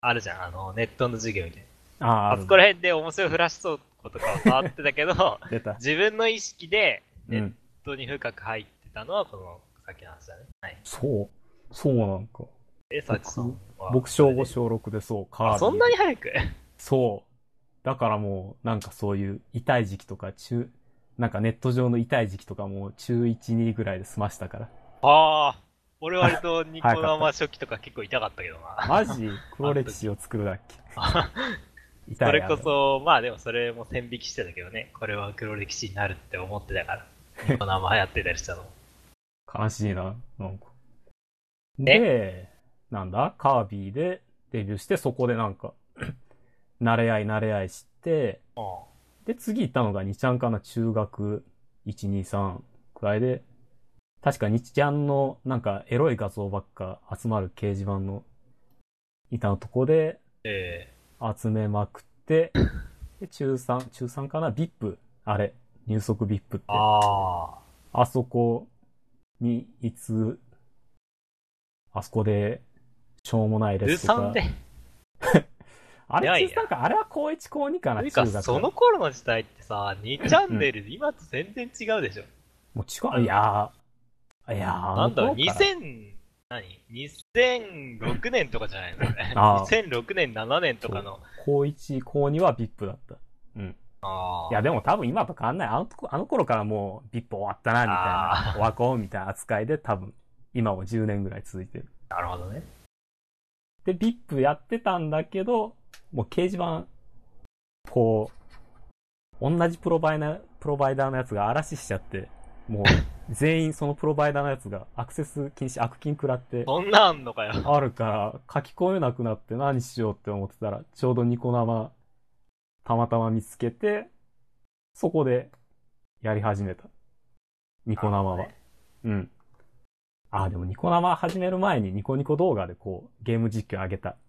Speaker 2: あるじゃん、あの、ネットの授業みたいな。
Speaker 1: あ、
Speaker 2: あそこら辺で面白いフラッシュ倉庫とかを触ってたけど、
Speaker 1: 出た。
Speaker 2: 自分の意識でネ
Speaker 1: う
Speaker 2: ッ
Speaker 1: ん。
Speaker 2: トに深く入ってたのは、この、さっきの話だね。はい。
Speaker 1: そう。そうなんか。
Speaker 2: え、さちさんは
Speaker 1: 僕、小5、小6でそう、カービィ。
Speaker 2: あ、そんなに早く
Speaker 1: そう。だからもう、なんかそういう痛い時期とか、中、なんかネット上の痛い時期とかもう中1、2ぐらいで済ましたから。
Speaker 2: ああ、俺割とニコ生初期とか結構痛かったけどな。
Speaker 1: マジ黒歴史を作るだっけ痛い
Speaker 2: それこそ、まあでもそれも線引きしてたけどね、これは黒歴史になるって思って たから。ニコ生流行ってたりしたの。
Speaker 1: あれ悲しいな、なんか。
Speaker 2: え
Speaker 1: で、なんだカービィでデビューして、そこでなんか、 慣れ合い慣れ合いして、
Speaker 2: うん
Speaker 1: で、次行ったのが2ちゃんかな、中学1、2、3くらいで、確か2ちゃんのなんかエロい画像ばっか集まる掲示板の板のとこで
Speaker 2: え
Speaker 1: 集めまくって、で、中3、中3かな、VIP、あれ、入足 VIP って、
Speaker 2: ー、あ
Speaker 1: あそこにいつ、あそこで、しょうもない
Speaker 2: あ、
Speaker 1: レスと
Speaker 2: 13
Speaker 1: か。
Speaker 2: で。
Speaker 1: あれ、
Speaker 2: いやいや
Speaker 1: 13か、あれは高1、高2かな、
Speaker 2: という
Speaker 1: 中
Speaker 2: か、
Speaker 1: 学。
Speaker 2: その頃の時代ってさ、2チャンネル、今と全然違うでしょ。
Speaker 1: もう違う、いやー、いやー、
Speaker 2: なんだろう、
Speaker 1: あの頃から
Speaker 2: 2000、何 ?2006 年とかじゃないのね
Speaker 1: ああ
Speaker 2: 2006年、7年とかの。
Speaker 1: 高1、高2は VIP だった。うん。
Speaker 2: ああ
Speaker 1: いや、でも多分今と変わんない。あのとこあの頃からもう VIP 終わったな、みたいな。オワコンみたいな扱いで多分今も10年ぐらい続いてる。
Speaker 2: なるほどね。
Speaker 1: で、VIP やってたんだけど、もう掲示板、こう、同じプロバイナプロバイダーのやつが嵐しちゃって、もう全員そのプロバイダーのやつがアクセス禁止、悪金食らって、
Speaker 2: そんなんあんのかよ。
Speaker 1: あるから書き込めなくなって何しようって思ってたら、ちょうどニコ生、たまたま見つけて、そこでやり始めた。ニコ生は。
Speaker 2: なるほどね
Speaker 1: うん。ああ、でもニコ生始める前にニコニコ動画でこう、ゲーム実況上げた。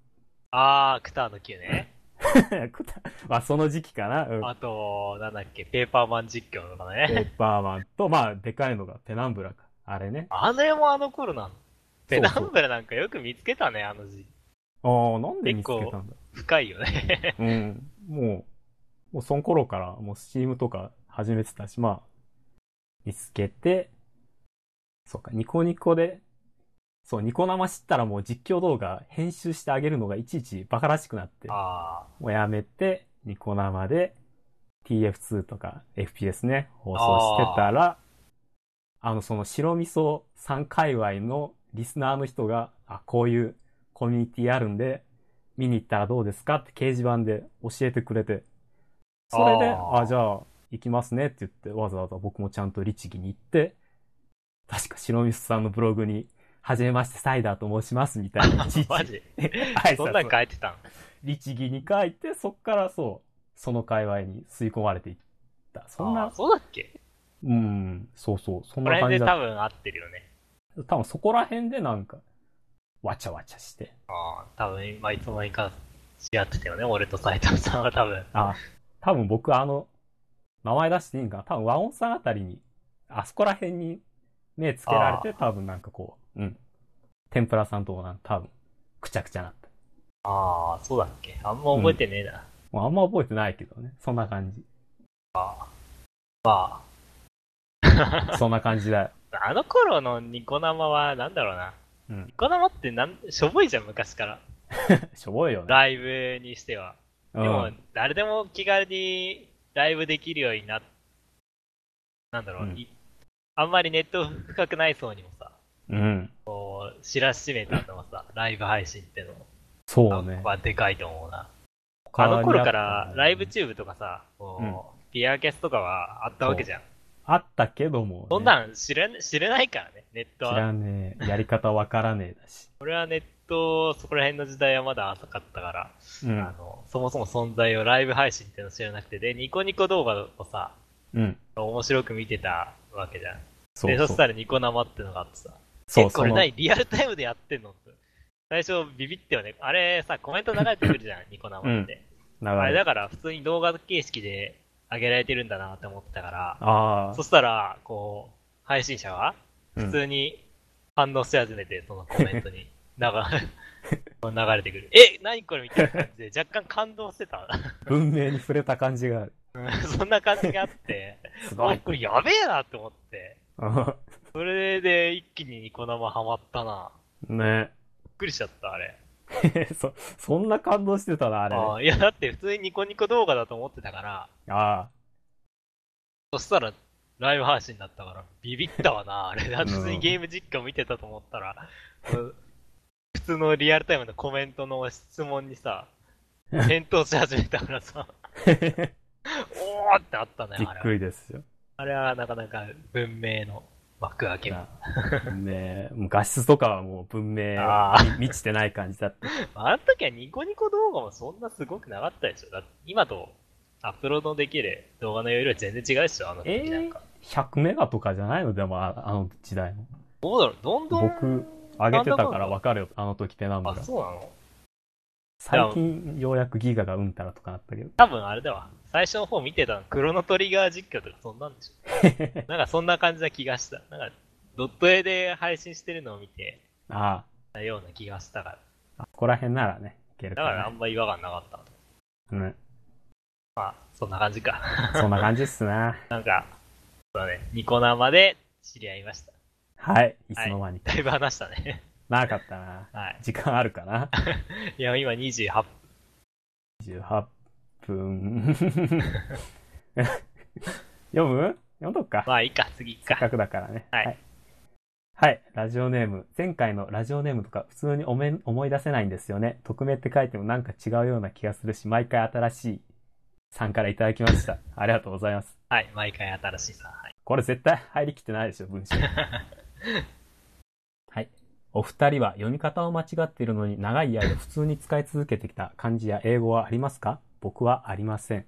Speaker 2: ああ、クターの Q ね。
Speaker 1: くたまあ、その時期かな。うん
Speaker 2: あと、なんだっけ、ペーパーマン実況とか
Speaker 1: ペ
Speaker 2: ね。
Speaker 1: ーパーマンと、まあ、でかいのがペナンブラか。あれね。
Speaker 2: あれもあの頃なの。ペナ
Speaker 1: そう
Speaker 2: ンブラなんかよく見つけたね、あの字。
Speaker 1: そうああ、なんで見つけたんだ。
Speaker 2: 深い よね。
Speaker 1: うん。もう、もうその頃から、もうスチームとか始めてたし、まあ、見つけて、そうか、ニコニコで、そう、ニコ生知ったらもう実況動画編集してあげるのがいちいちバカらしくなって、
Speaker 2: あ
Speaker 1: もうやめて、ニコ生で TF2 とか FPS ね、放送してたら、あの、その白味噌さん界隈のリスナーの人が、あ、こういうコミュニティあるんで、見に行ったらどうですかって掲示板で教えてくれて、それで、
Speaker 2: あ
Speaker 1: あ
Speaker 2: ー
Speaker 1: じゃあ、行きますねって言って、わざわざ僕もちゃんと律儀に行って、確か白味噌さんのブログに、はじめまして、サイダーと申します、みたいな。いちい
Speaker 2: あ。
Speaker 1: ち
Speaker 2: マジ
Speaker 1: 挨拶
Speaker 2: そんなん書いてたん
Speaker 1: 律儀に書いて、そっからそう、その界隈に吸い込まれていった。そん
Speaker 2: あー
Speaker 1: な、
Speaker 2: そうだっけ
Speaker 1: うん、そうそう、そん
Speaker 2: こ
Speaker 1: な
Speaker 2: れ
Speaker 1: 感じ
Speaker 2: で
Speaker 1: だ
Speaker 2: 多
Speaker 1: っ
Speaker 2: 分合ってるよね。
Speaker 1: た。多分そこら辺でなんか、わちゃわちゃして。
Speaker 2: ああ、多分今いつの間にかし合ってたよね、俺と斉藤さんは多分。
Speaker 1: あ、多分僕あの、名前出していいんかな多分和音さんあたりに、あそこら辺に目つけられて、多分なんかこう、うん。天ぷらさんともなん多分、くちゃくちゃなった。
Speaker 2: ああ、そうだっけあんま覚えてねえな。
Speaker 1: もうあんま覚えてないけどね。そんな 感じ。
Speaker 2: ま
Speaker 1: そんな感じだよ。
Speaker 2: あ、あの頃のニコ生は、なんだろうな。
Speaker 1: うん
Speaker 2: ニコ生ってなん、しょぼいじゃん、昔から。
Speaker 1: しょぼいよね。
Speaker 2: ライブにしては。
Speaker 1: う
Speaker 2: でも
Speaker 1: ん。、
Speaker 2: 誰でも気軽にライブできるようになっなんだろう、
Speaker 1: うん
Speaker 2: いあんまりネット深くない層にもさ、
Speaker 1: うん。
Speaker 2: こう、知らしめたのは さ、ライブ配信っての
Speaker 1: そうね。
Speaker 2: はでかいと思うな。
Speaker 1: 他
Speaker 2: あ
Speaker 1: に
Speaker 2: の頃から
Speaker 1: あ、った
Speaker 2: ライブチューブとかさ、こう、
Speaker 1: うん
Speaker 2: ピアキャスとかはあったわけじゃん。
Speaker 1: あったけども、ね。
Speaker 2: そんなん知れん知れないからね、ネッ
Speaker 1: 知
Speaker 2: トは。
Speaker 1: らねえ。やり方わからねえだし。
Speaker 2: 俺はネット、そこら辺の時代はまだ浅かったから、
Speaker 1: う
Speaker 2: あ
Speaker 1: ん。
Speaker 2: の、そもそも存在をライブ配信っての知らなくて、で、ニコニコ動画をさ、
Speaker 1: うん。
Speaker 2: 面白く見てたわけじゃん。
Speaker 1: そ
Speaker 2: で、
Speaker 1: う
Speaker 2: そ
Speaker 1: そ
Speaker 2: し
Speaker 1: う。
Speaker 2: たらニコ生ってのがあってさ、
Speaker 1: そう
Speaker 2: え、こ
Speaker 1: そ
Speaker 2: れ
Speaker 1: の
Speaker 2: 何リアルタイムでやってんのって。最初ビビってよね。あれさ、コメント流れてくるじゃん、ニコ生って。あ
Speaker 1: 流
Speaker 2: れ
Speaker 1: れ。
Speaker 2: だから普通に動画形式で上げられてるんだなって思ってたから、
Speaker 1: あ
Speaker 2: そしたら、こう、配信者が
Speaker 1: あ。
Speaker 2: 普
Speaker 1: うん
Speaker 2: 通に反応し始めて、そのコメント に。なんか、流れてくる。え、何これみたいな感 じで、若干感動してた。
Speaker 1: 文明に触れた感じがある。
Speaker 2: そんな感じがあって、
Speaker 1: すご
Speaker 2: あ
Speaker 1: い。
Speaker 2: これやべえなって思って。
Speaker 1: う
Speaker 2: それで一気にニコ生ハマったな。
Speaker 1: ん ね
Speaker 2: びっくりしちゃった、あれ。
Speaker 1: そ、そんな感動してたな、あれね。
Speaker 2: あーいや、だって普通にニコニコ動画だと思ってたから、
Speaker 1: あ
Speaker 2: そしたらライブ配信だったから、ビビったわな、あれ。だって普通
Speaker 1: う
Speaker 2: に
Speaker 1: ん
Speaker 2: ゲーム実況見てたと思ったら、うん普通のリアルタイムのコメントの質問に さ、返答し始めたから
Speaker 1: あ。
Speaker 2: さ、おーってあったね、
Speaker 1: び
Speaker 2: あ
Speaker 1: っ
Speaker 2: れ
Speaker 1: く
Speaker 2: は。
Speaker 1: りですよ。
Speaker 2: あれはなかなか文明の幕開けが。
Speaker 1: ねえ、もう画質とかはもう文明に
Speaker 2: あ
Speaker 1: 満ちてない感じだった。
Speaker 2: あの時はニコニコ動画もそんなすごくなかったでしょ。だって今とアップロードできる動画の容量全然違うでしょ、あの時なんか。
Speaker 1: 100メガとかじゃないのでも、ああの時代の。
Speaker 2: どうだろう、どんどん。
Speaker 1: 僕、上げてたからわかるよ、あの時ペナンブ
Speaker 2: あ、
Speaker 1: ラ。
Speaker 2: そうなの
Speaker 1: 最近ようやくギガがうんたらとかなったけど。
Speaker 2: 多分あれだわ。最初の方見てたの、クロノトリガー実況とかそんなんでしょ。なんかそんな感じな気がした。なんか、ドット絵で配信してるのを見て
Speaker 1: あ
Speaker 2: たような気がしたから。
Speaker 1: あ、ここら辺ならね、いける
Speaker 2: だ
Speaker 1: か
Speaker 2: からあ
Speaker 1: な。
Speaker 2: んま違和感なかった。
Speaker 1: うん、
Speaker 2: まあ、そんな感じか。
Speaker 1: そんな感じっすな。
Speaker 2: なんか、そうだね、ニコ生で知り合いました。
Speaker 1: はい、いつの間にか。
Speaker 2: だいぶ話したね。
Speaker 1: なかったな。
Speaker 2: はい。
Speaker 1: 時間あるかない
Speaker 2: や、今28分。
Speaker 1: ?28 分。 読む読んどっか。
Speaker 2: まあいいか、次いっ
Speaker 1: せっ
Speaker 2: か。
Speaker 1: かくだからね。
Speaker 2: はい
Speaker 1: はい。はいラジオネーム。前回のラジオネームとか普通におめ思い出せないんですよね。匿名って書いてもなんか違うような気がするし、毎回新しいさんからいただきました。ありがとうございます。
Speaker 2: はい、毎回新しいさ。はい。
Speaker 1: これ絶対入りきってないでしょ、文章。 はい。お二人は読み方を間違っているのに長い間普通に使い続けてきた漢字や英語はありますか僕はありません。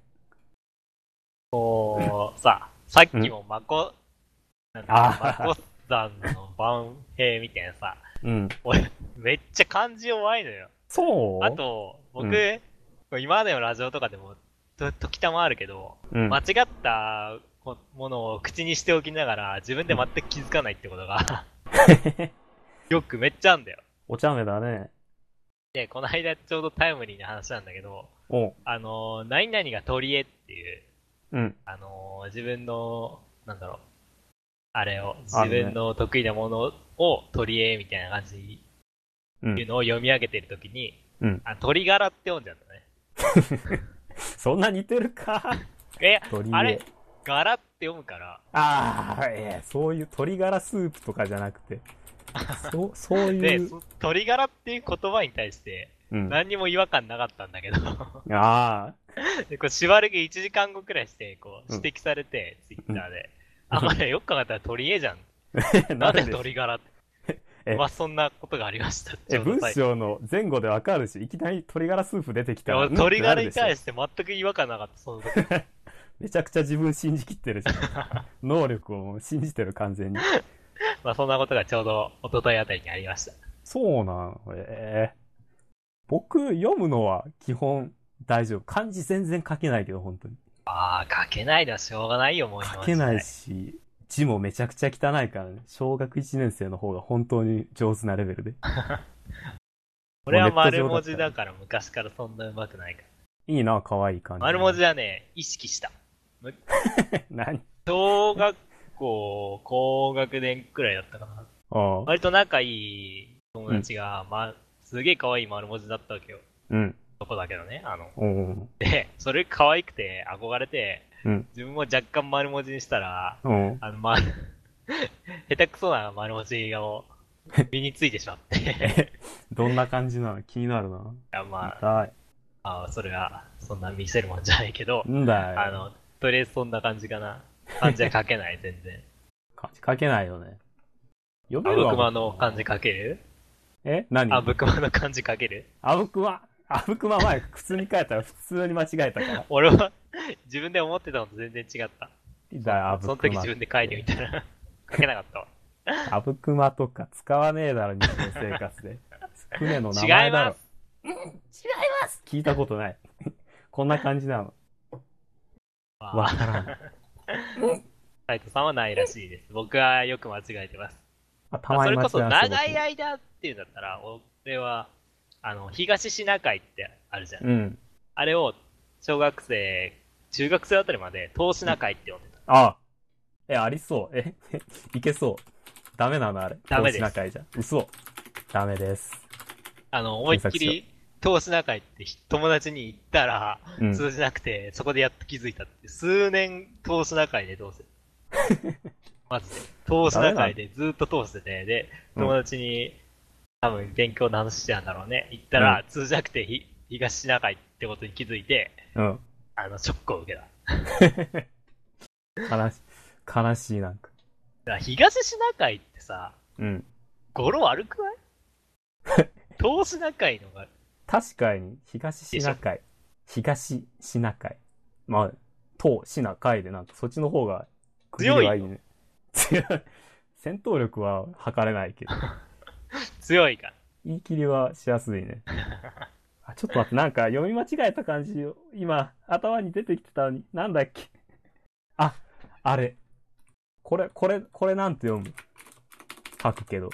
Speaker 2: こう、さ、さっきもマコ、なんか
Speaker 1: あー
Speaker 2: マコさんの番兵みたいなさ、
Speaker 1: うん。
Speaker 2: 俺、めっちゃ漢字弱いのよ。
Speaker 1: そう
Speaker 2: あ、と、僕、
Speaker 1: うん
Speaker 2: これ今までのラジオとかでも、と、時たまあるけど、
Speaker 1: うん
Speaker 2: 間違ったこものを口にしておきながら、自分で全く気づかないってこ とが、よくめっちゃあんだよ。
Speaker 1: お茶目だね。
Speaker 2: で、この間ちょうどタイムリーな話なんだけど、
Speaker 1: お
Speaker 2: あの、何々が取り柄っていう、
Speaker 1: うん。
Speaker 2: あのー自分の、なんだろう、あれを、
Speaker 1: あ
Speaker 2: 自
Speaker 1: るね
Speaker 2: 分の得意なものを取り柄みたいな感じに
Speaker 1: う。
Speaker 2: いうんのを読み上げてるときに、
Speaker 1: うん
Speaker 2: あ鳥柄って読んじゃうんだね。
Speaker 1: そんな似てるか。
Speaker 2: え、
Speaker 1: 鳥
Speaker 2: あれ柄って読むから、
Speaker 1: ああ、ええそういう鶏ガラスープとかじゃなく て、そう、そう
Speaker 2: で
Speaker 1: い、う。
Speaker 2: そ鳥柄っていう言葉に対して、
Speaker 1: うん、あ
Speaker 2: 何にも違和感なかったんだけど、
Speaker 1: あ、
Speaker 2: でこう縛り気1時間後くらいして、こう、
Speaker 1: うん
Speaker 2: 指摘されて、ツイッターで。あ、これよく考えたら鳥柄じゃん。
Speaker 1: な
Speaker 2: な
Speaker 1: ん
Speaker 2: で
Speaker 1: んで
Speaker 2: 鳥柄って。
Speaker 1: え
Speaker 2: まあ、そんなことがありました。ち
Speaker 1: え、
Speaker 2: ょうど
Speaker 1: 文
Speaker 2: 最近
Speaker 1: 章の前後でわかるし、いきなり鶏ガラスープ出てきたら、うん
Speaker 2: 鳥
Speaker 1: ってな
Speaker 2: 柄
Speaker 1: る
Speaker 2: に
Speaker 1: でしょ
Speaker 2: 対して全く違和感なかった、その時。
Speaker 1: めちゃくちゃ自分信じきって るじゃん。能力を信じてる完全に。
Speaker 2: まあそんなことがちょうど一昨日あたりにありました。
Speaker 1: そうなん、ええ僕、読むのは基本大丈夫。漢字全然書けないけど、本当に。
Speaker 2: ああ、書けないではしょうがないよ、もう今
Speaker 1: 書
Speaker 2: の
Speaker 1: け
Speaker 2: 時代
Speaker 1: ないし、字もめちゃくちゃ汚いからね。小学1年生の方が本当に上手なレベルで。
Speaker 2: これは丸文字だから昔からそんな上手くないから。
Speaker 1: いいな、可愛い感じ。
Speaker 2: 丸文字はね、意識した。
Speaker 1: 何
Speaker 2: 小学校、高学年くらいだったかな。
Speaker 1: ああ。
Speaker 2: 割と仲いい友達が、ま、すげえ可愛い丸文字だったわけよ。
Speaker 1: うん。
Speaker 2: どこだけどね、あの。
Speaker 1: おう
Speaker 2: で、それ可愛くて、憧れて、
Speaker 1: うん
Speaker 2: 自分も若干丸文字にしたら、
Speaker 1: おう
Speaker 2: あの、 ま、下手くそな丸文字がもう、身についてしま って。い
Speaker 1: どんな感じなの気になるな。
Speaker 2: や、まあ、
Speaker 1: 痛
Speaker 2: あそれは、そんな見せるもんじゃないけど
Speaker 1: い。、んだよ。
Speaker 2: あの、とりあえずそんな感じかな。漢字は書けない、全 然。
Speaker 1: 漢字書けないよね。読め
Speaker 2: あ
Speaker 1: る
Speaker 2: ぶ
Speaker 1: わ。
Speaker 2: くまの漢字書ける
Speaker 1: え何
Speaker 2: あぶくまの漢字書ける
Speaker 1: あぶくま。あぶくま前、普通に書いたら普通に間違えたから。
Speaker 2: 俺は、自分で思ってたのと全然違った。
Speaker 1: いいだよ、あぶ
Speaker 2: そ
Speaker 1: くま。
Speaker 2: の時自分で書いてみたら、 書けなかったわ。
Speaker 1: あぶくまとか使わねえだろ、日常生活で。船の名前だろ。
Speaker 2: 違います
Speaker 1: 聞いたことない。 こんな感じなの。
Speaker 2: まあ
Speaker 1: わからん。
Speaker 2: 斉藤さんはないらしいです。僕はよく間違えてます。
Speaker 1: あた
Speaker 2: まあ
Speaker 1: ま
Speaker 2: そ
Speaker 1: に
Speaker 2: れ
Speaker 1: 間違え
Speaker 2: こそ
Speaker 1: ます
Speaker 2: 長い間っていうんだったら、俺は、あの、東シナ海ってあるじゃん。
Speaker 1: 僕うん。
Speaker 2: あれを、小学生、中学生あたりまで、東シナ海って呼んでた。
Speaker 1: あえ、ありそう。え、 いけそう。ダメなのあれ。
Speaker 2: ダメです
Speaker 1: 東シナ海じゃん。嘘。ダメです。
Speaker 2: あの、思いっきり、東シナ海って友達に言ったら、
Speaker 1: うん。
Speaker 2: 通じなくて、そこでやっと気づいたって。数年、投資仲いで どうせ。マジで。投資仲いでずっと通してて、で、
Speaker 1: うん
Speaker 2: 友達に、多分勉強の話してたんだろうね。行ったら、通じなくてひ、東シナ海ってことに気づいて、
Speaker 1: うん。
Speaker 2: あの、ショックを受けた。だか
Speaker 1: 悲し、悲しいなんか。
Speaker 2: ら東シナ海ってさ、
Speaker 1: うん。
Speaker 2: 語呂悪くない 東シナ海のが、
Speaker 1: 確かに、東シナ海。東シナ海。まあ、東シナ海でなんか、そっちの方が、区切りはいいね。強い。戦闘力は測れないけ ど、
Speaker 2: 強いから。
Speaker 1: 言い切りはしやすい ね。あ、ちょっと待って、なんか読み間違えた感じを、今、頭に出てきてたのに、なんだっけ。あ、あれ。これ、これ、これなんて読む書くけど。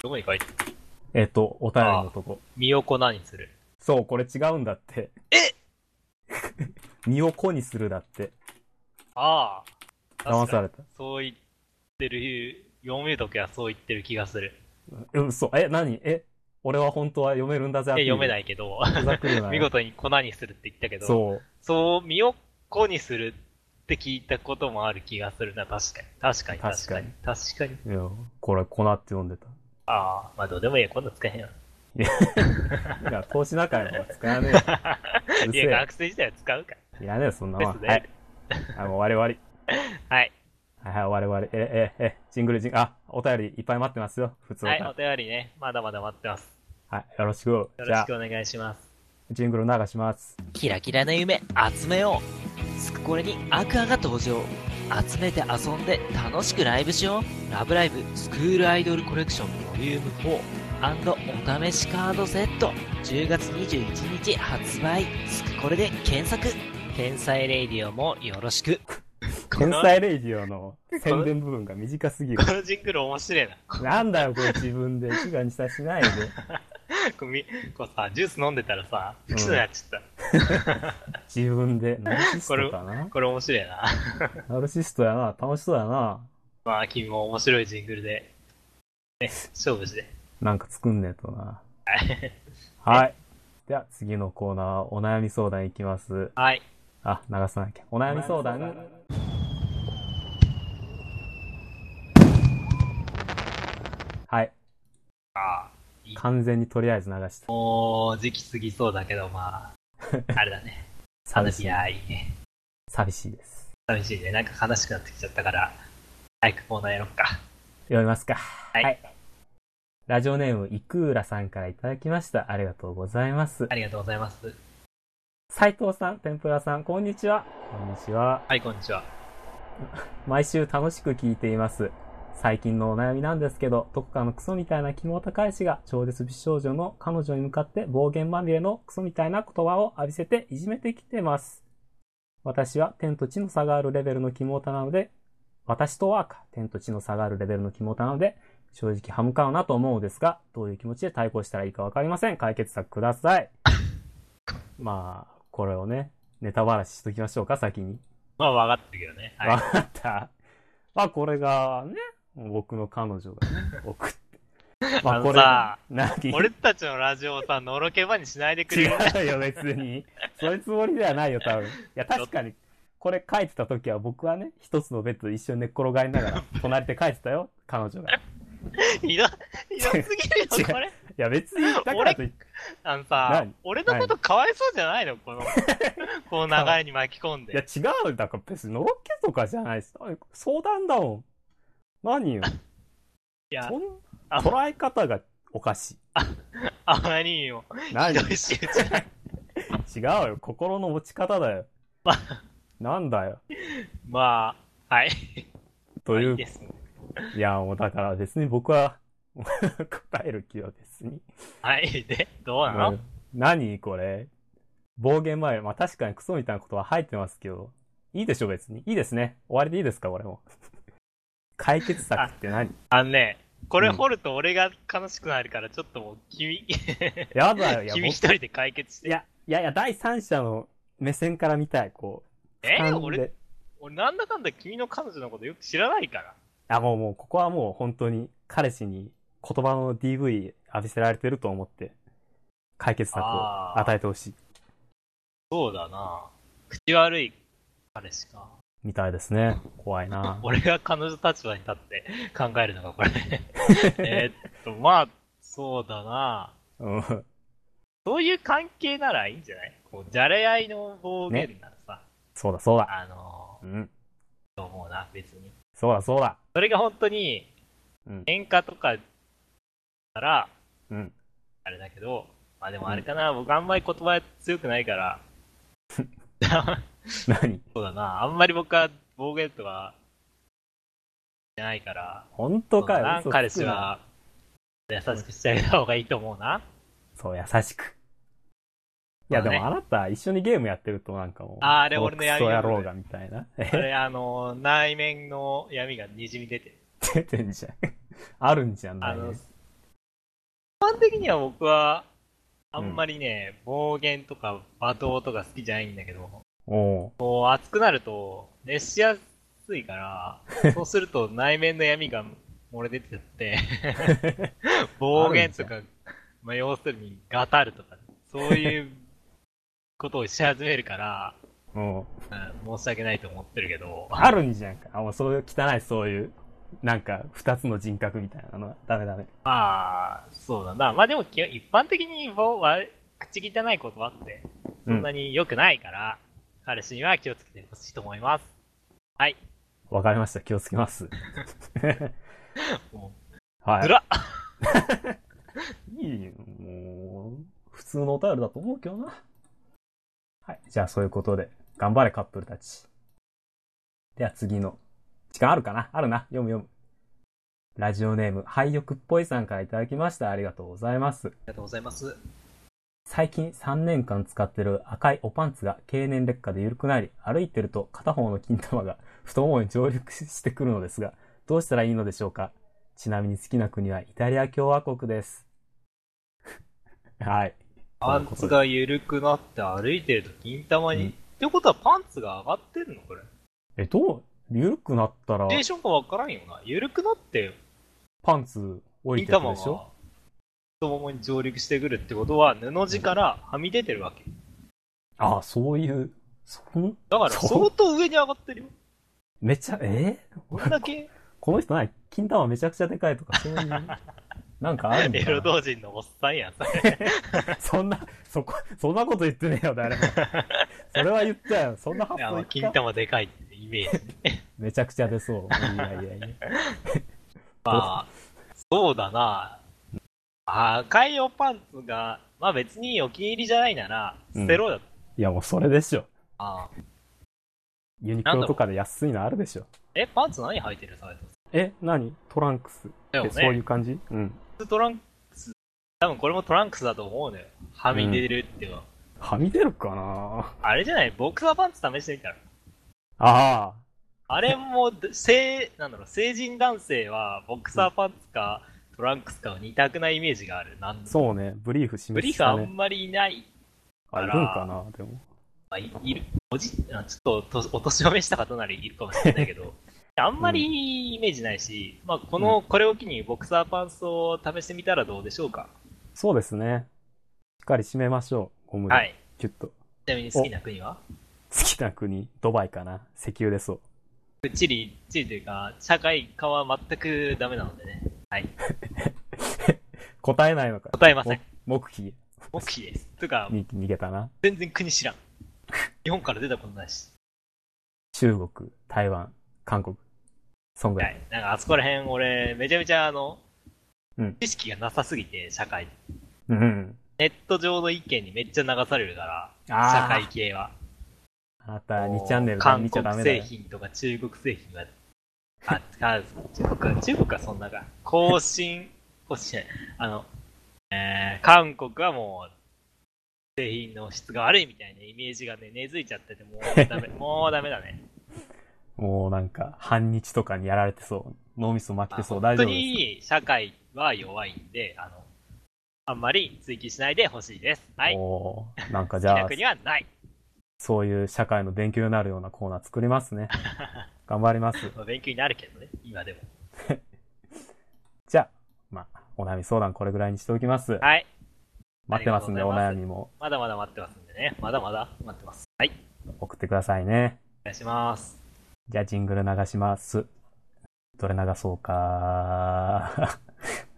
Speaker 2: どこに書いて
Speaker 1: えっと、お便りのとこ。
Speaker 2: 身を粉にする。
Speaker 1: そう、これ違うんだって。え 身を粉にするだって。
Speaker 2: ああ。
Speaker 1: 騙された。
Speaker 2: そう言ってる、読めるときはそう言ってる気がする。
Speaker 1: うん、嘘。え、何え、俺は本当は読めるんだぜ、。
Speaker 2: え、読めないいけど、
Speaker 1: ふざけるなよ。
Speaker 2: 見事に粉にするって言ったけど、そう、
Speaker 1: そう。
Speaker 2: 身を粉にするって聞いたこともある気がするな、確かに。確かに、確
Speaker 1: 確
Speaker 2: か
Speaker 1: か
Speaker 2: に
Speaker 1: に。
Speaker 2: 確かに。
Speaker 1: いや、これ、粉って読んでた。
Speaker 2: ああ、まあどうでもいいや、今度使えへんよ。
Speaker 1: いや、投資仲間は使わねえよ。うる
Speaker 2: い
Speaker 1: せ
Speaker 2: や、
Speaker 1: え
Speaker 2: 学生時代は使うか。
Speaker 1: いらねえよ、そんな
Speaker 2: で
Speaker 1: も
Speaker 2: す
Speaker 1: ん。はい
Speaker 2: ね。。
Speaker 1: あ、もう終わり
Speaker 2: はい。
Speaker 1: 終わり。はいはい、終わり終わり。え、え、え、ジングルジングル、あ、お便りいっぱい待ってますよ、普通
Speaker 2: はい、
Speaker 1: は
Speaker 2: お便りね、まだまだ待ってます。
Speaker 1: はい、よろしく。
Speaker 2: よ
Speaker 1: じ
Speaker 2: ろ
Speaker 1: ゃ
Speaker 2: し
Speaker 1: あ
Speaker 2: く、お願いします。
Speaker 1: ジングル流します。
Speaker 3: キラキラな夢集めようスクコレにアクアが登場集めて遊んで楽しくライブしようラブライブスクールアイドルコレクションボリューム4お試しカードセット10月21日発売スクコレで検索天才レイディオもよろし く
Speaker 1: 天
Speaker 2: の
Speaker 1: 才レイディオの宣伝部分が短すぎる
Speaker 2: こ。のジングル面白いな。
Speaker 1: なんだよ、これ自分で。一がにさしないで。
Speaker 2: こうみこうさ、ジュース飲んでたらさ、不起訴になっちゃった。
Speaker 1: 自分で。ナルシストかな
Speaker 2: これ面白いな。
Speaker 1: ナルシストやな。楽しそうやな。
Speaker 2: まあ、君も面白いジングルで、ね、勝負して。
Speaker 1: なんか作んねえと な。はい。では、次のコーナー、お悩み相談いきます。
Speaker 2: はい。
Speaker 1: あ、流さなきゃ。お悩み相談。はい。
Speaker 2: あいい
Speaker 1: 完全にとりあえず流した。
Speaker 2: もう、時期過ぎそうだけど、 まあ、あれだね。
Speaker 1: 寂
Speaker 2: い
Speaker 1: しい。
Speaker 2: や、いいね。
Speaker 1: 寂しいです。
Speaker 2: 寂しいね。なんか悲しくなってきちゃったから、早くコーナーやろっか。
Speaker 1: 読みますか。
Speaker 2: はい。
Speaker 1: ラジオネーム、イクーラさんからいただきました。ありがとうございます。
Speaker 2: ありがとうございます。
Speaker 1: 斉藤さん、天ぷらさん、こんにちは。こんにちは。
Speaker 2: はい、こんにちは。
Speaker 1: 毎週楽しく聞いています。最近のお悩みなんですけど、どこかのクソみたいなキモタ彼氏が超絶美少女の彼女に向かって暴言まみれのクソみたいな言葉を浴びせていじめてきてます。私は天と地の差があるレベルのキモタなので、私とはか、天と地の差があるレベルのキモタなので、正直歯向かうなと思うのですが、どういう気持ちで対抗したらいいかわかりません。解決策ください。まあ、これをね、ネタバラシしときましょうか、先に。
Speaker 2: まあ、分かってるけどね。
Speaker 1: わ
Speaker 2: は
Speaker 1: かった。まあ、これがね、僕の彼女がね、送って。 ま
Speaker 2: あのさ
Speaker 1: 何
Speaker 2: い。俺たちのラジオをさ、のろけ場にしないでくれる。
Speaker 1: 違うよ、別に。そういうつもりではないよ、多分。いや、確かに、これ書いてた時は僕はね、一つのベッドで一緒に寝っ転がりながら、隣で書いてたよ、彼女が。い
Speaker 2: ひど、ひどすぎるよ、これ。
Speaker 1: や、別に、だからといって、
Speaker 2: あのさ
Speaker 1: 何、
Speaker 2: 俺のことかわいそうじゃないの この、この流れに巻き込ん
Speaker 1: いや、
Speaker 2: で。
Speaker 1: 違う、だから別にのろけとかじゃないし、相談だもん。何よ、
Speaker 2: いや
Speaker 1: そ、ん
Speaker 2: あ
Speaker 1: 捉え方がおかしい。
Speaker 2: あまりにも、ひ
Speaker 1: 何
Speaker 2: どい仕打ちだ
Speaker 1: 違うよ、心の持ち方だよ。なんだよ。
Speaker 2: まあ、はい。
Speaker 1: という、
Speaker 2: いい
Speaker 1: い
Speaker 2: ですね。
Speaker 1: や、もうだから別に僕は、 答える気は別に。
Speaker 2: はい。で、どうな
Speaker 1: まあ
Speaker 2: の
Speaker 1: 何これ暴言前、まあ確かにクソみたいなことは入ってますけど、いいでしょ別に。いいですね。終わりでいいですかこれも。 解決策って何
Speaker 2: あのね、これ
Speaker 1: うん
Speaker 2: 掘ると俺が悲しくなるから、ちょっともう、君、
Speaker 1: やだよ、いや、
Speaker 2: 君
Speaker 1: 僕
Speaker 2: 一人で解決し
Speaker 1: い
Speaker 2: て。
Speaker 1: や、いやいや、第三者の目線から見たい、こう。
Speaker 2: え
Speaker 1: 俯瞰で
Speaker 2: 俺、俺なんだかんだ君の彼女のことよく知らないから。
Speaker 1: あ、もうもう、ここはもう本当に彼氏に言葉の DV 浴びせられてると思って、解決策を与えてほしい。
Speaker 2: そうだな口悪い彼氏か。
Speaker 1: みたいです ね。怖いな
Speaker 2: 俺が彼女立場に立って 考える のがこれ。えーっと、まあ、そうだな
Speaker 1: うん。
Speaker 2: そういう関係ならいいんじゃないこう、じゃれ合いの暴言ならさ、
Speaker 1: そうだそうだ。
Speaker 2: あの
Speaker 1: うん。
Speaker 2: ー、と思うな、別に。
Speaker 1: そうだそうだ。
Speaker 2: それが本当に
Speaker 1: うん、
Speaker 2: 喧嘩とかなら、
Speaker 1: うん。
Speaker 2: あれだけど、まあでもあれかな、僕あんまり言葉強くない から、
Speaker 1: 何
Speaker 2: そうだな、あんまり僕は暴言とか、じゃないから、
Speaker 1: 本当か
Speaker 2: そう
Speaker 1: よ
Speaker 2: だな。
Speaker 1: 嘘つくな
Speaker 2: 彼氏。は、優しくしてあげた方がいいと思うな。
Speaker 1: そう、優しく。いや、
Speaker 2: まあね
Speaker 1: でもあなた一緒にゲームやってるとなんかもう、
Speaker 2: あーあれ俺の
Speaker 1: や
Speaker 2: 闇
Speaker 1: クソ野郎がみたいな。
Speaker 2: そ
Speaker 1: え、
Speaker 2: れ、あの、内面の闇がにじみ出てる。
Speaker 1: 出てんじゃん。 あるんじゃな
Speaker 2: あ
Speaker 1: い
Speaker 2: の、一般的には僕は、あんまりね、暴言とか罵倒とか好きじゃないんだけど、
Speaker 1: おう
Speaker 2: こう熱くなると、熱しやすいから、そうすると内面の闇が漏れ出てって、暴言とか、まあ、要するにガタるとか、そういうことをし始めるから、
Speaker 1: おう
Speaker 2: うん申し訳ないと思ってるけど、
Speaker 1: あるんじゃんか。あ、もうそういう汚い、そういう、なんか、二つの人格みたいなのは。ダメダメ。
Speaker 2: まあ、そうだな。まあでも基本、一般的に棒は口汚い言葉って、そんなに良くないから、彼氏には気をつけてほしいと思います。はい。
Speaker 1: わかりました。気をつけます。
Speaker 2: もう、
Speaker 1: は
Speaker 2: ずらっ
Speaker 1: い。いいよもう、普通のお便りだと思うけどな。はい。じゃあ、そういうことで、頑張れカップルたち。では次の。時間あるかなあるな。読む読む。ラジオネーム、廃浴っぽいさんからいただきました。ありがとうございます。
Speaker 2: ありがとうございます。
Speaker 1: 最近3年間使ってる赤いおパンツが経年劣化で緩くなり、歩いてると片方の金玉が 太ももに上陸してくるのですが、どうしたらいいのでしょうかちなみに好きな国はイタリア共和国です。 はい。
Speaker 2: パンツが緩くなって歩いてると金玉に。
Speaker 1: うん
Speaker 2: ってことはパンツが上がってるのこれ。
Speaker 1: え、どう緩くなったら
Speaker 2: テンションがわからんよな。緩くなって、
Speaker 1: パンツ降り
Speaker 2: 金
Speaker 1: てく
Speaker 2: 玉
Speaker 1: る
Speaker 2: が
Speaker 1: でしょ
Speaker 2: 太ももに上陸してくるってことは、布地からはみ出てるわけ。
Speaker 1: ああ、そういう、そん、
Speaker 2: だから
Speaker 1: そう
Speaker 2: 相当上に上がってるよ。
Speaker 1: めちゃ、え
Speaker 2: こん だけ
Speaker 1: この人ない金玉めちゃくちゃでかいとか、そういう、 なんかあるん
Speaker 2: エ
Speaker 1: だ
Speaker 2: ロ同人のおっさんやん。
Speaker 1: そんな、そこ、そんなこと言ってねえよ、誰 も。それは言ったよ。そんな発
Speaker 2: あ
Speaker 1: 想
Speaker 2: の、
Speaker 1: 言
Speaker 2: 金
Speaker 1: った。
Speaker 2: 玉でかいって イメージ。
Speaker 1: めちゃくちゃ出そう。いやいやいや。
Speaker 2: まあ、そうだな。赤いおパンツが、まあ別にお気に入りじゃないなら、捨てろだと。
Speaker 1: いやもうそれでしょ。
Speaker 2: ああ
Speaker 1: ユニクロとかで安いのあるでしょ。
Speaker 2: え、パンツ何履いてるサイト
Speaker 1: え、何トランクスっ
Speaker 2: でも
Speaker 1: て
Speaker 2: ね
Speaker 1: そういう感じうん。
Speaker 2: トランクス、多分これもトランクスだと思うのよ。はみ出るっていうのは。
Speaker 1: はみ出るかな
Speaker 2: あれじゃないボクサーパンツ試してみたら。
Speaker 1: ああ、
Speaker 2: あれも、成、なんだろう、成人男性は、ボクサーパンツか、トランクスかを二択なイメージがある。なん
Speaker 1: そうね。ブリーフ示
Speaker 2: ブリー
Speaker 1: し
Speaker 2: フあ
Speaker 1: た
Speaker 2: ん
Speaker 1: ね。
Speaker 2: まりいない。
Speaker 1: あ、いるんかなでも。
Speaker 2: まあ、いいる。おじ、あちょっとと、お年を召した方なりいるかもしれない けど、あんまりイメージないし、まあ、この、これを機にボクサーパンツを試してみたらどうでしょうか。
Speaker 1: そうですね。しっかり締めましょう。ゴムで。
Speaker 2: はい。
Speaker 1: キュッと。好
Speaker 2: ちなみに好きな国は
Speaker 1: きな国、ドバイかな。石油でそう。
Speaker 2: チリ、チリというか、社会科は全くダメなのでね。はい。
Speaker 1: 答えないのか。
Speaker 2: 答えません。
Speaker 1: 目標
Speaker 2: 目視です。というか、
Speaker 1: に逃げたな。
Speaker 2: 全然国知らん。日本から出たことないし。
Speaker 1: 中国、台湾、韓国。そんぐ
Speaker 2: は
Speaker 1: らい。
Speaker 2: い。なんかあそこら辺俺、めちゃめちゃあの、
Speaker 1: うん
Speaker 2: 知識がなさすぎて、社会。
Speaker 1: うん。
Speaker 2: ネット上の意見にめっちゃ流されるから、
Speaker 1: あー
Speaker 2: 社会系は。
Speaker 1: あなた2チャンネルで
Speaker 2: 韓
Speaker 1: 見ちゃダ
Speaker 2: 国
Speaker 1: メだ
Speaker 2: 製
Speaker 1: よ。
Speaker 2: 品とか中国製品は、あ、あ中国は、中国はそんなか。更新、更新じゃない、あの、えー、韓国はもう、製品の質が悪いみたいなイメージがね、根付いちゃってて、もうダメ、もうダメだね。
Speaker 1: もうなんか、半日とかにやられてそう。脳みそ巻きてそう。
Speaker 2: まあ
Speaker 1: 大丈夫
Speaker 2: 本当
Speaker 1: で
Speaker 2: に社会は弱いんで、あの、あんまり追求しないでほしいです。は
Speaker 1: す。
Speaker 2: い。
Speaker 1: おーなんかじ
Speaker 2: 気
Speaker 1: ゃあ
Speaker 2: 楽、にはない。
Speaker 1: そういう社会の勉強になるようなコーナー作ります ね。頑張ります。
Speaker 2: まあ勉強になるけどね、今でも。
Speaker 1: じゃあ、まあ、お悩み相談これぐらいにしておきます。
Speaker 2: はい。
Speaker 1: 待ってますんで、
Speaker 2: あり
Speaker 1: お
Speaker 2: がとうござ
Speaker 1: 悩
Speaker 2: います
Speaker 1: みも
Speaker 2: まだまだ待ってますんでね。まだまだ待ってます。はい。
Speaker 1: 送ってくださいね。
Speaker 2: お願いします。
Speaker 1: じゃあ、ジングル流します。どれ流そうか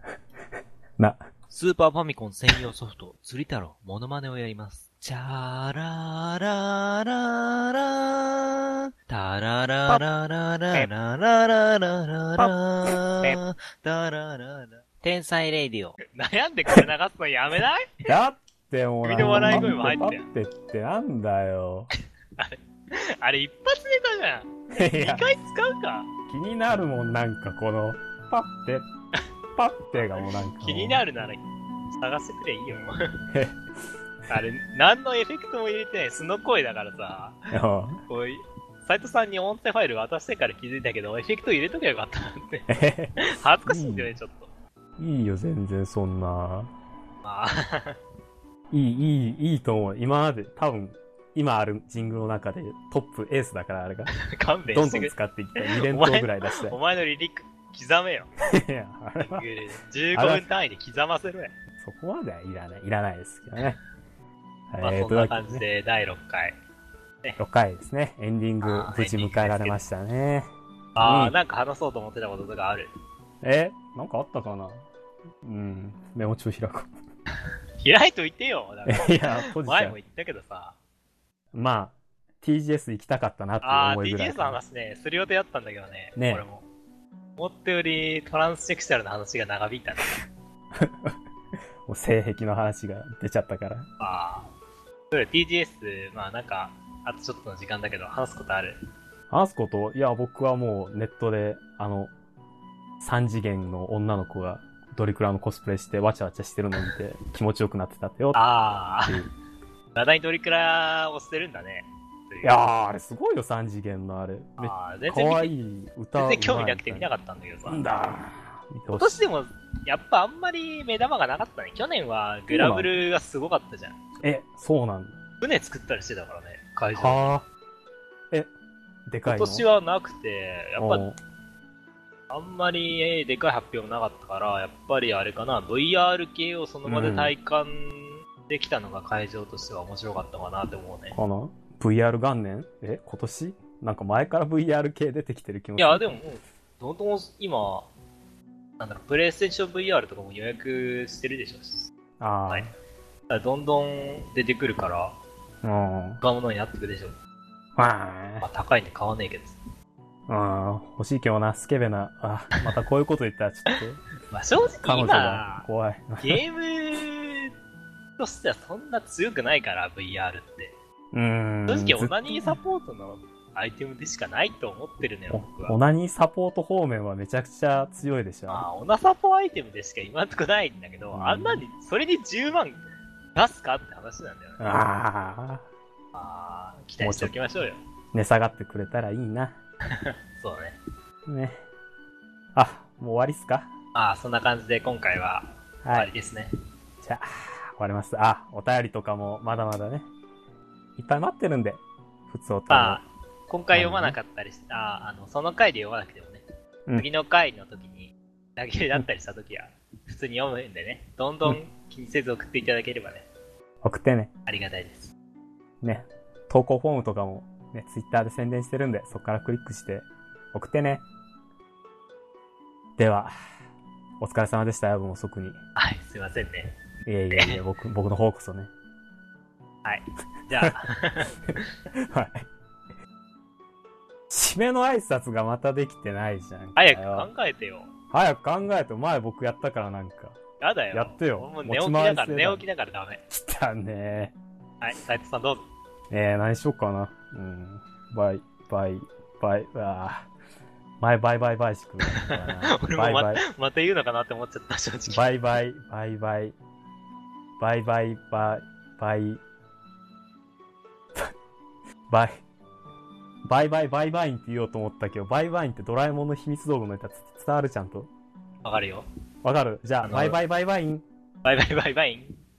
Speaker 1: な、
Speaker 3: スーパーファミコン専用ソフト、釣り太郎、モノマネをやります。チャララララータラララララララララララタラララ天才レディオ。
Speaker 2: 悩んでこれ流すのやめない
Speaker 1: だってもうなん
Speaker 2: 君の笑い声も入って
Speaker 1: パ
Speaker 2: る
Speaker 1: ッペってなんだよ。
Speaker 2: あれ一発ネタじゃん。
Speaker 1: いや
Speaker 2: 一回使うか。
Speaker 1: 気になるもんなんかこのパッてパッてがもうなんか
Speaker 2: 気にな
Speaker 1: る
Speaker 2: るなら探してくれいいよ。あれ、何のエフェクトも入れてない。素の声だからさ。こうい斉藤さんに音声ファイル渡してから気づいたけど、エフェクト入れとけばよかったなって。 恥ずかしいんだよね、ちょっと。
Speaker 1: いいよ全然そんな
Speaker 2: まあ、
Speaker 1: いいいいいいと思う今まで多分今あるジングルの中でトップエースだからあれが
Speaker 2: 勘弁
Speaker 1: ど
Speaker 2: し
Speaker 1: んど
Speaker 2: てく
Speaker 1: ん
Speaker 2: れ。
Speaker 1: 使っていきたい2連投ぐらい出した
Speaker 2: お前のリリック刻めよ。
Speaker 1: いいやあれは
Speaker 2: 15分単位で刻ませろよ。
Speaker 1: そこまではいらないいらないですけどね
Speaker 2: まあ、
Speaker 1: えー
Speaker 2: そん
Speaker 1: と
Speaker 2: な
Speaker 1: いうわ
Speaker 2: 感
Speaker 1: け
Speaker 2: じ
Speaker 1: でね
Speaker 2: で第6回。
Speaker 1: 6回ですねエンディング
Speaker 2: あー
Speaker 1: 無事迎えられましたね
Speaker 2: あ
Speaker 1: う
Speaker 2: あ、
Speaker 1: ん
Speaker 2: なんか話そうと思ってたこととかある。
Speaker 1: えなんかあったかなうんメモ帳開こう
Speaker 2: 開いといてよ。だ から
Speaker 1: いやポジティ
Speaker 2: 前
Speaker 1: ブ
Speaker 2: も言ったけどさ。
Speaker 1: まあ、TGS 行きたかったなって
Speaker 2: ああ、
Speaker 1: 思いぐらい
Speaker 2: TGS の
Speaker 1: かな。
Speaker 2: 話ね、する予定だったんだけどね。
Speaker 1: ね
Speaker 2: 俺も。思ったよりトランスセクシャルの話が長引いたね。
Speaker 1: もう性癖の話が出ちゃったから。
Speaker 2: ああ。それ TGS、まあなんか、あとちょっとの時間だけど、話すことある。
Speaker 1: 話すこと、いや、僕はもうネットで、あの、3次元の女の子がドリクラのコスプレしてわちゃわちゃしてるのを見 て気持ちよくなってたってよっ
Speaker 2: あ
Speaker 1: て
Speaker 2: あ、
Speaker 1: いう。
Speaker 2: 話題に取りくらをしてるんだね。とう
Speaker 1: いやー、あれすごいよ、3次元のあれ。めっちゃ
Speaker 2: ああ、全然
Speaker 1: 可
Speaker 2: 見て
Speaker 1: 愛い歌
Speaker 2: 全
Speaker 1: うまい
Speaker 2: 然興味なくて見な
Speaker 1: か
Speaker 2: かったんだけどさ。
Speaker 1: なんだ見てほ
Speaker 2: 今
Speaker 1: し
Speaker 2: 年
Speaker 1: い。
Speaker 2: でも、やっぱあんまり目玉がなかったね。去年はグラブルがすごかったじゃん。
Speaker 1: え、そうなん
Speaker 2: 船作ったりしてたからね、会
Speaker 1: だ。
Speaker 2: 場。
Speaker 1: はあ。え、でか
Speaker 2: 今
Speaker 1: いの
Speaker 2: 年はなくて、やっぱ
Speaker 1: おう
Speaker 2: あんまりえーでかい発表もなかったから、やっぱりあれかな、VR 系をその場で体感できたのが会場としては面白かったかなって思うね。
Speaker 1: かな ?VR 元年え今年なんか前から VR 系出てきてる気も
Speaker 2: い
Speaker 1: する
Speaker 2: や、でももう、どんどん今、なんだろう、プレイステーション VR とかも予約してるでしょ。
Speaker 1: ああ、
Speaker 2: はいだからどんどん出てくるから、
Speaker 1: うん。
Speaker 2: 他のものになってくるでしょ。ま
Speaker 1: ま
Speaker 2: あ、高いんで買わねえけど。
Speaker 1: あ、うん。欲しいけどな、スケベな。あ、またこういうこと言ったら ちょっと、
Speaker 2: まあ、正
Speaker 1: 彼
Speaker 2: 直
Speaker 1: 女が
Speaker 2: 今、
Speaker 1: 怖い。
Speaker 2: ゲームとしてはそんな強くないから、VR って。
Speaker 1: うん。
Speaker 2: 正直、
Speaker 1: ず
Speaker 2: オナニーサポートのアイテムでしかないと思ってるね、僕
Speaker 1: おオ
Speaker 2: は。
Speaker 1: ナニーサポート方面はめちゃくちゃ強いでしょ。
Speaker 2: まあ、オナサポアイテムでしか今んとこないんだけど、
Speaker 1: うん
Speaker 2: あんなに、それに10万出すかって話なんだよね。
Speaker 1: ああ、
Speaker 2: まあ、期待しておきましょうよ。
Speaker 1: 値下がってくれたらいいな。
Speaker 2: そうね。
Speaker 1: ね。あ、もう終わりっすか
Speaker 2: まあ、そんな感じで今回は終
Speaker 1: は
Speaker 2: わ
Speaker 1: い
Speaker 2: り。ですね。
Speaker 1: じゃあ、終わります。あ、お便りとかもまだまだね、いっぱい待ってるんで、普通お便り。
Speaker 2: まあ、今回読まなかったりした、ああの、その回で読まなくてもね、
Speaker 1: うん
Speaker 2: 次の回の時に、投げだったりした時は、普通に読むんでね、どんど
Speaker 1: うん
Speaker 2: 気にせず送っていただければね、
Speaker 1: 送ってね。
Speaker 2: ありがたいです。
Speaker 1: ね。投稿フォームとかも、ね、ツイッターで宣伝してるんで、そこからクリックして、送ってね。では、お疲れ様でした。夜分遅くに。い
Speaker 2: はい、すいませんね。
Speaker 1: えいえい え、僕、僕の方こそね。
Speaker 2: はい。じゃあ、
Speaker 1: はい。締めの挨拶がまたできてないじゃん。
Speaker 2: 早
Speaker 1: これは
Speaker 2: く考えてよ。
Speaker 1: 早く考えて、前僕やったからなんか。
Speaker 2: やだよ。
Speaker 1: やってよ
Speaker 2: もう
Speaker 1: 持ち
Speaker 2: 寝起き
Speaker 1: 回
Speaker 2: だ
Speaker 1: り
Speaker 2: か
Speaker 1: 制
Speaker 2: ら、
Speaker 1: だ
Speaker 2: 寝起きだからダメ。
Speaker 1: 来たね
Speaker 2: はい、斉藤さんどうぞ。
Speaker 1: えー、何しよっかな。うん。バイ、バイ、バイ、あー前バイバイバイしくなったか
Speaker 2: 俺
Speaker 1: な。
Speaker 2: も
Speaker 1: バイバイ、
Speaker 2: また言うのかなって思っちゃった、正直。
Speaker 1: バイバイ、バイバイ、バイバイ、バイ、バイ、バイ、バイバイ、バイバインって言おうと思ったけど、バイバインってドラえもんの秘密道具のネタつ伝わるちゃんと。
Speaker 2: わかるよ。
Speaker 1: わかるじゃ
Speaker 2: あ
Speaker 1: あ、
Speaker 2: の
Speaker 1: バイバイ、バイバイン。
Speaker 2: バイバイバイバイン。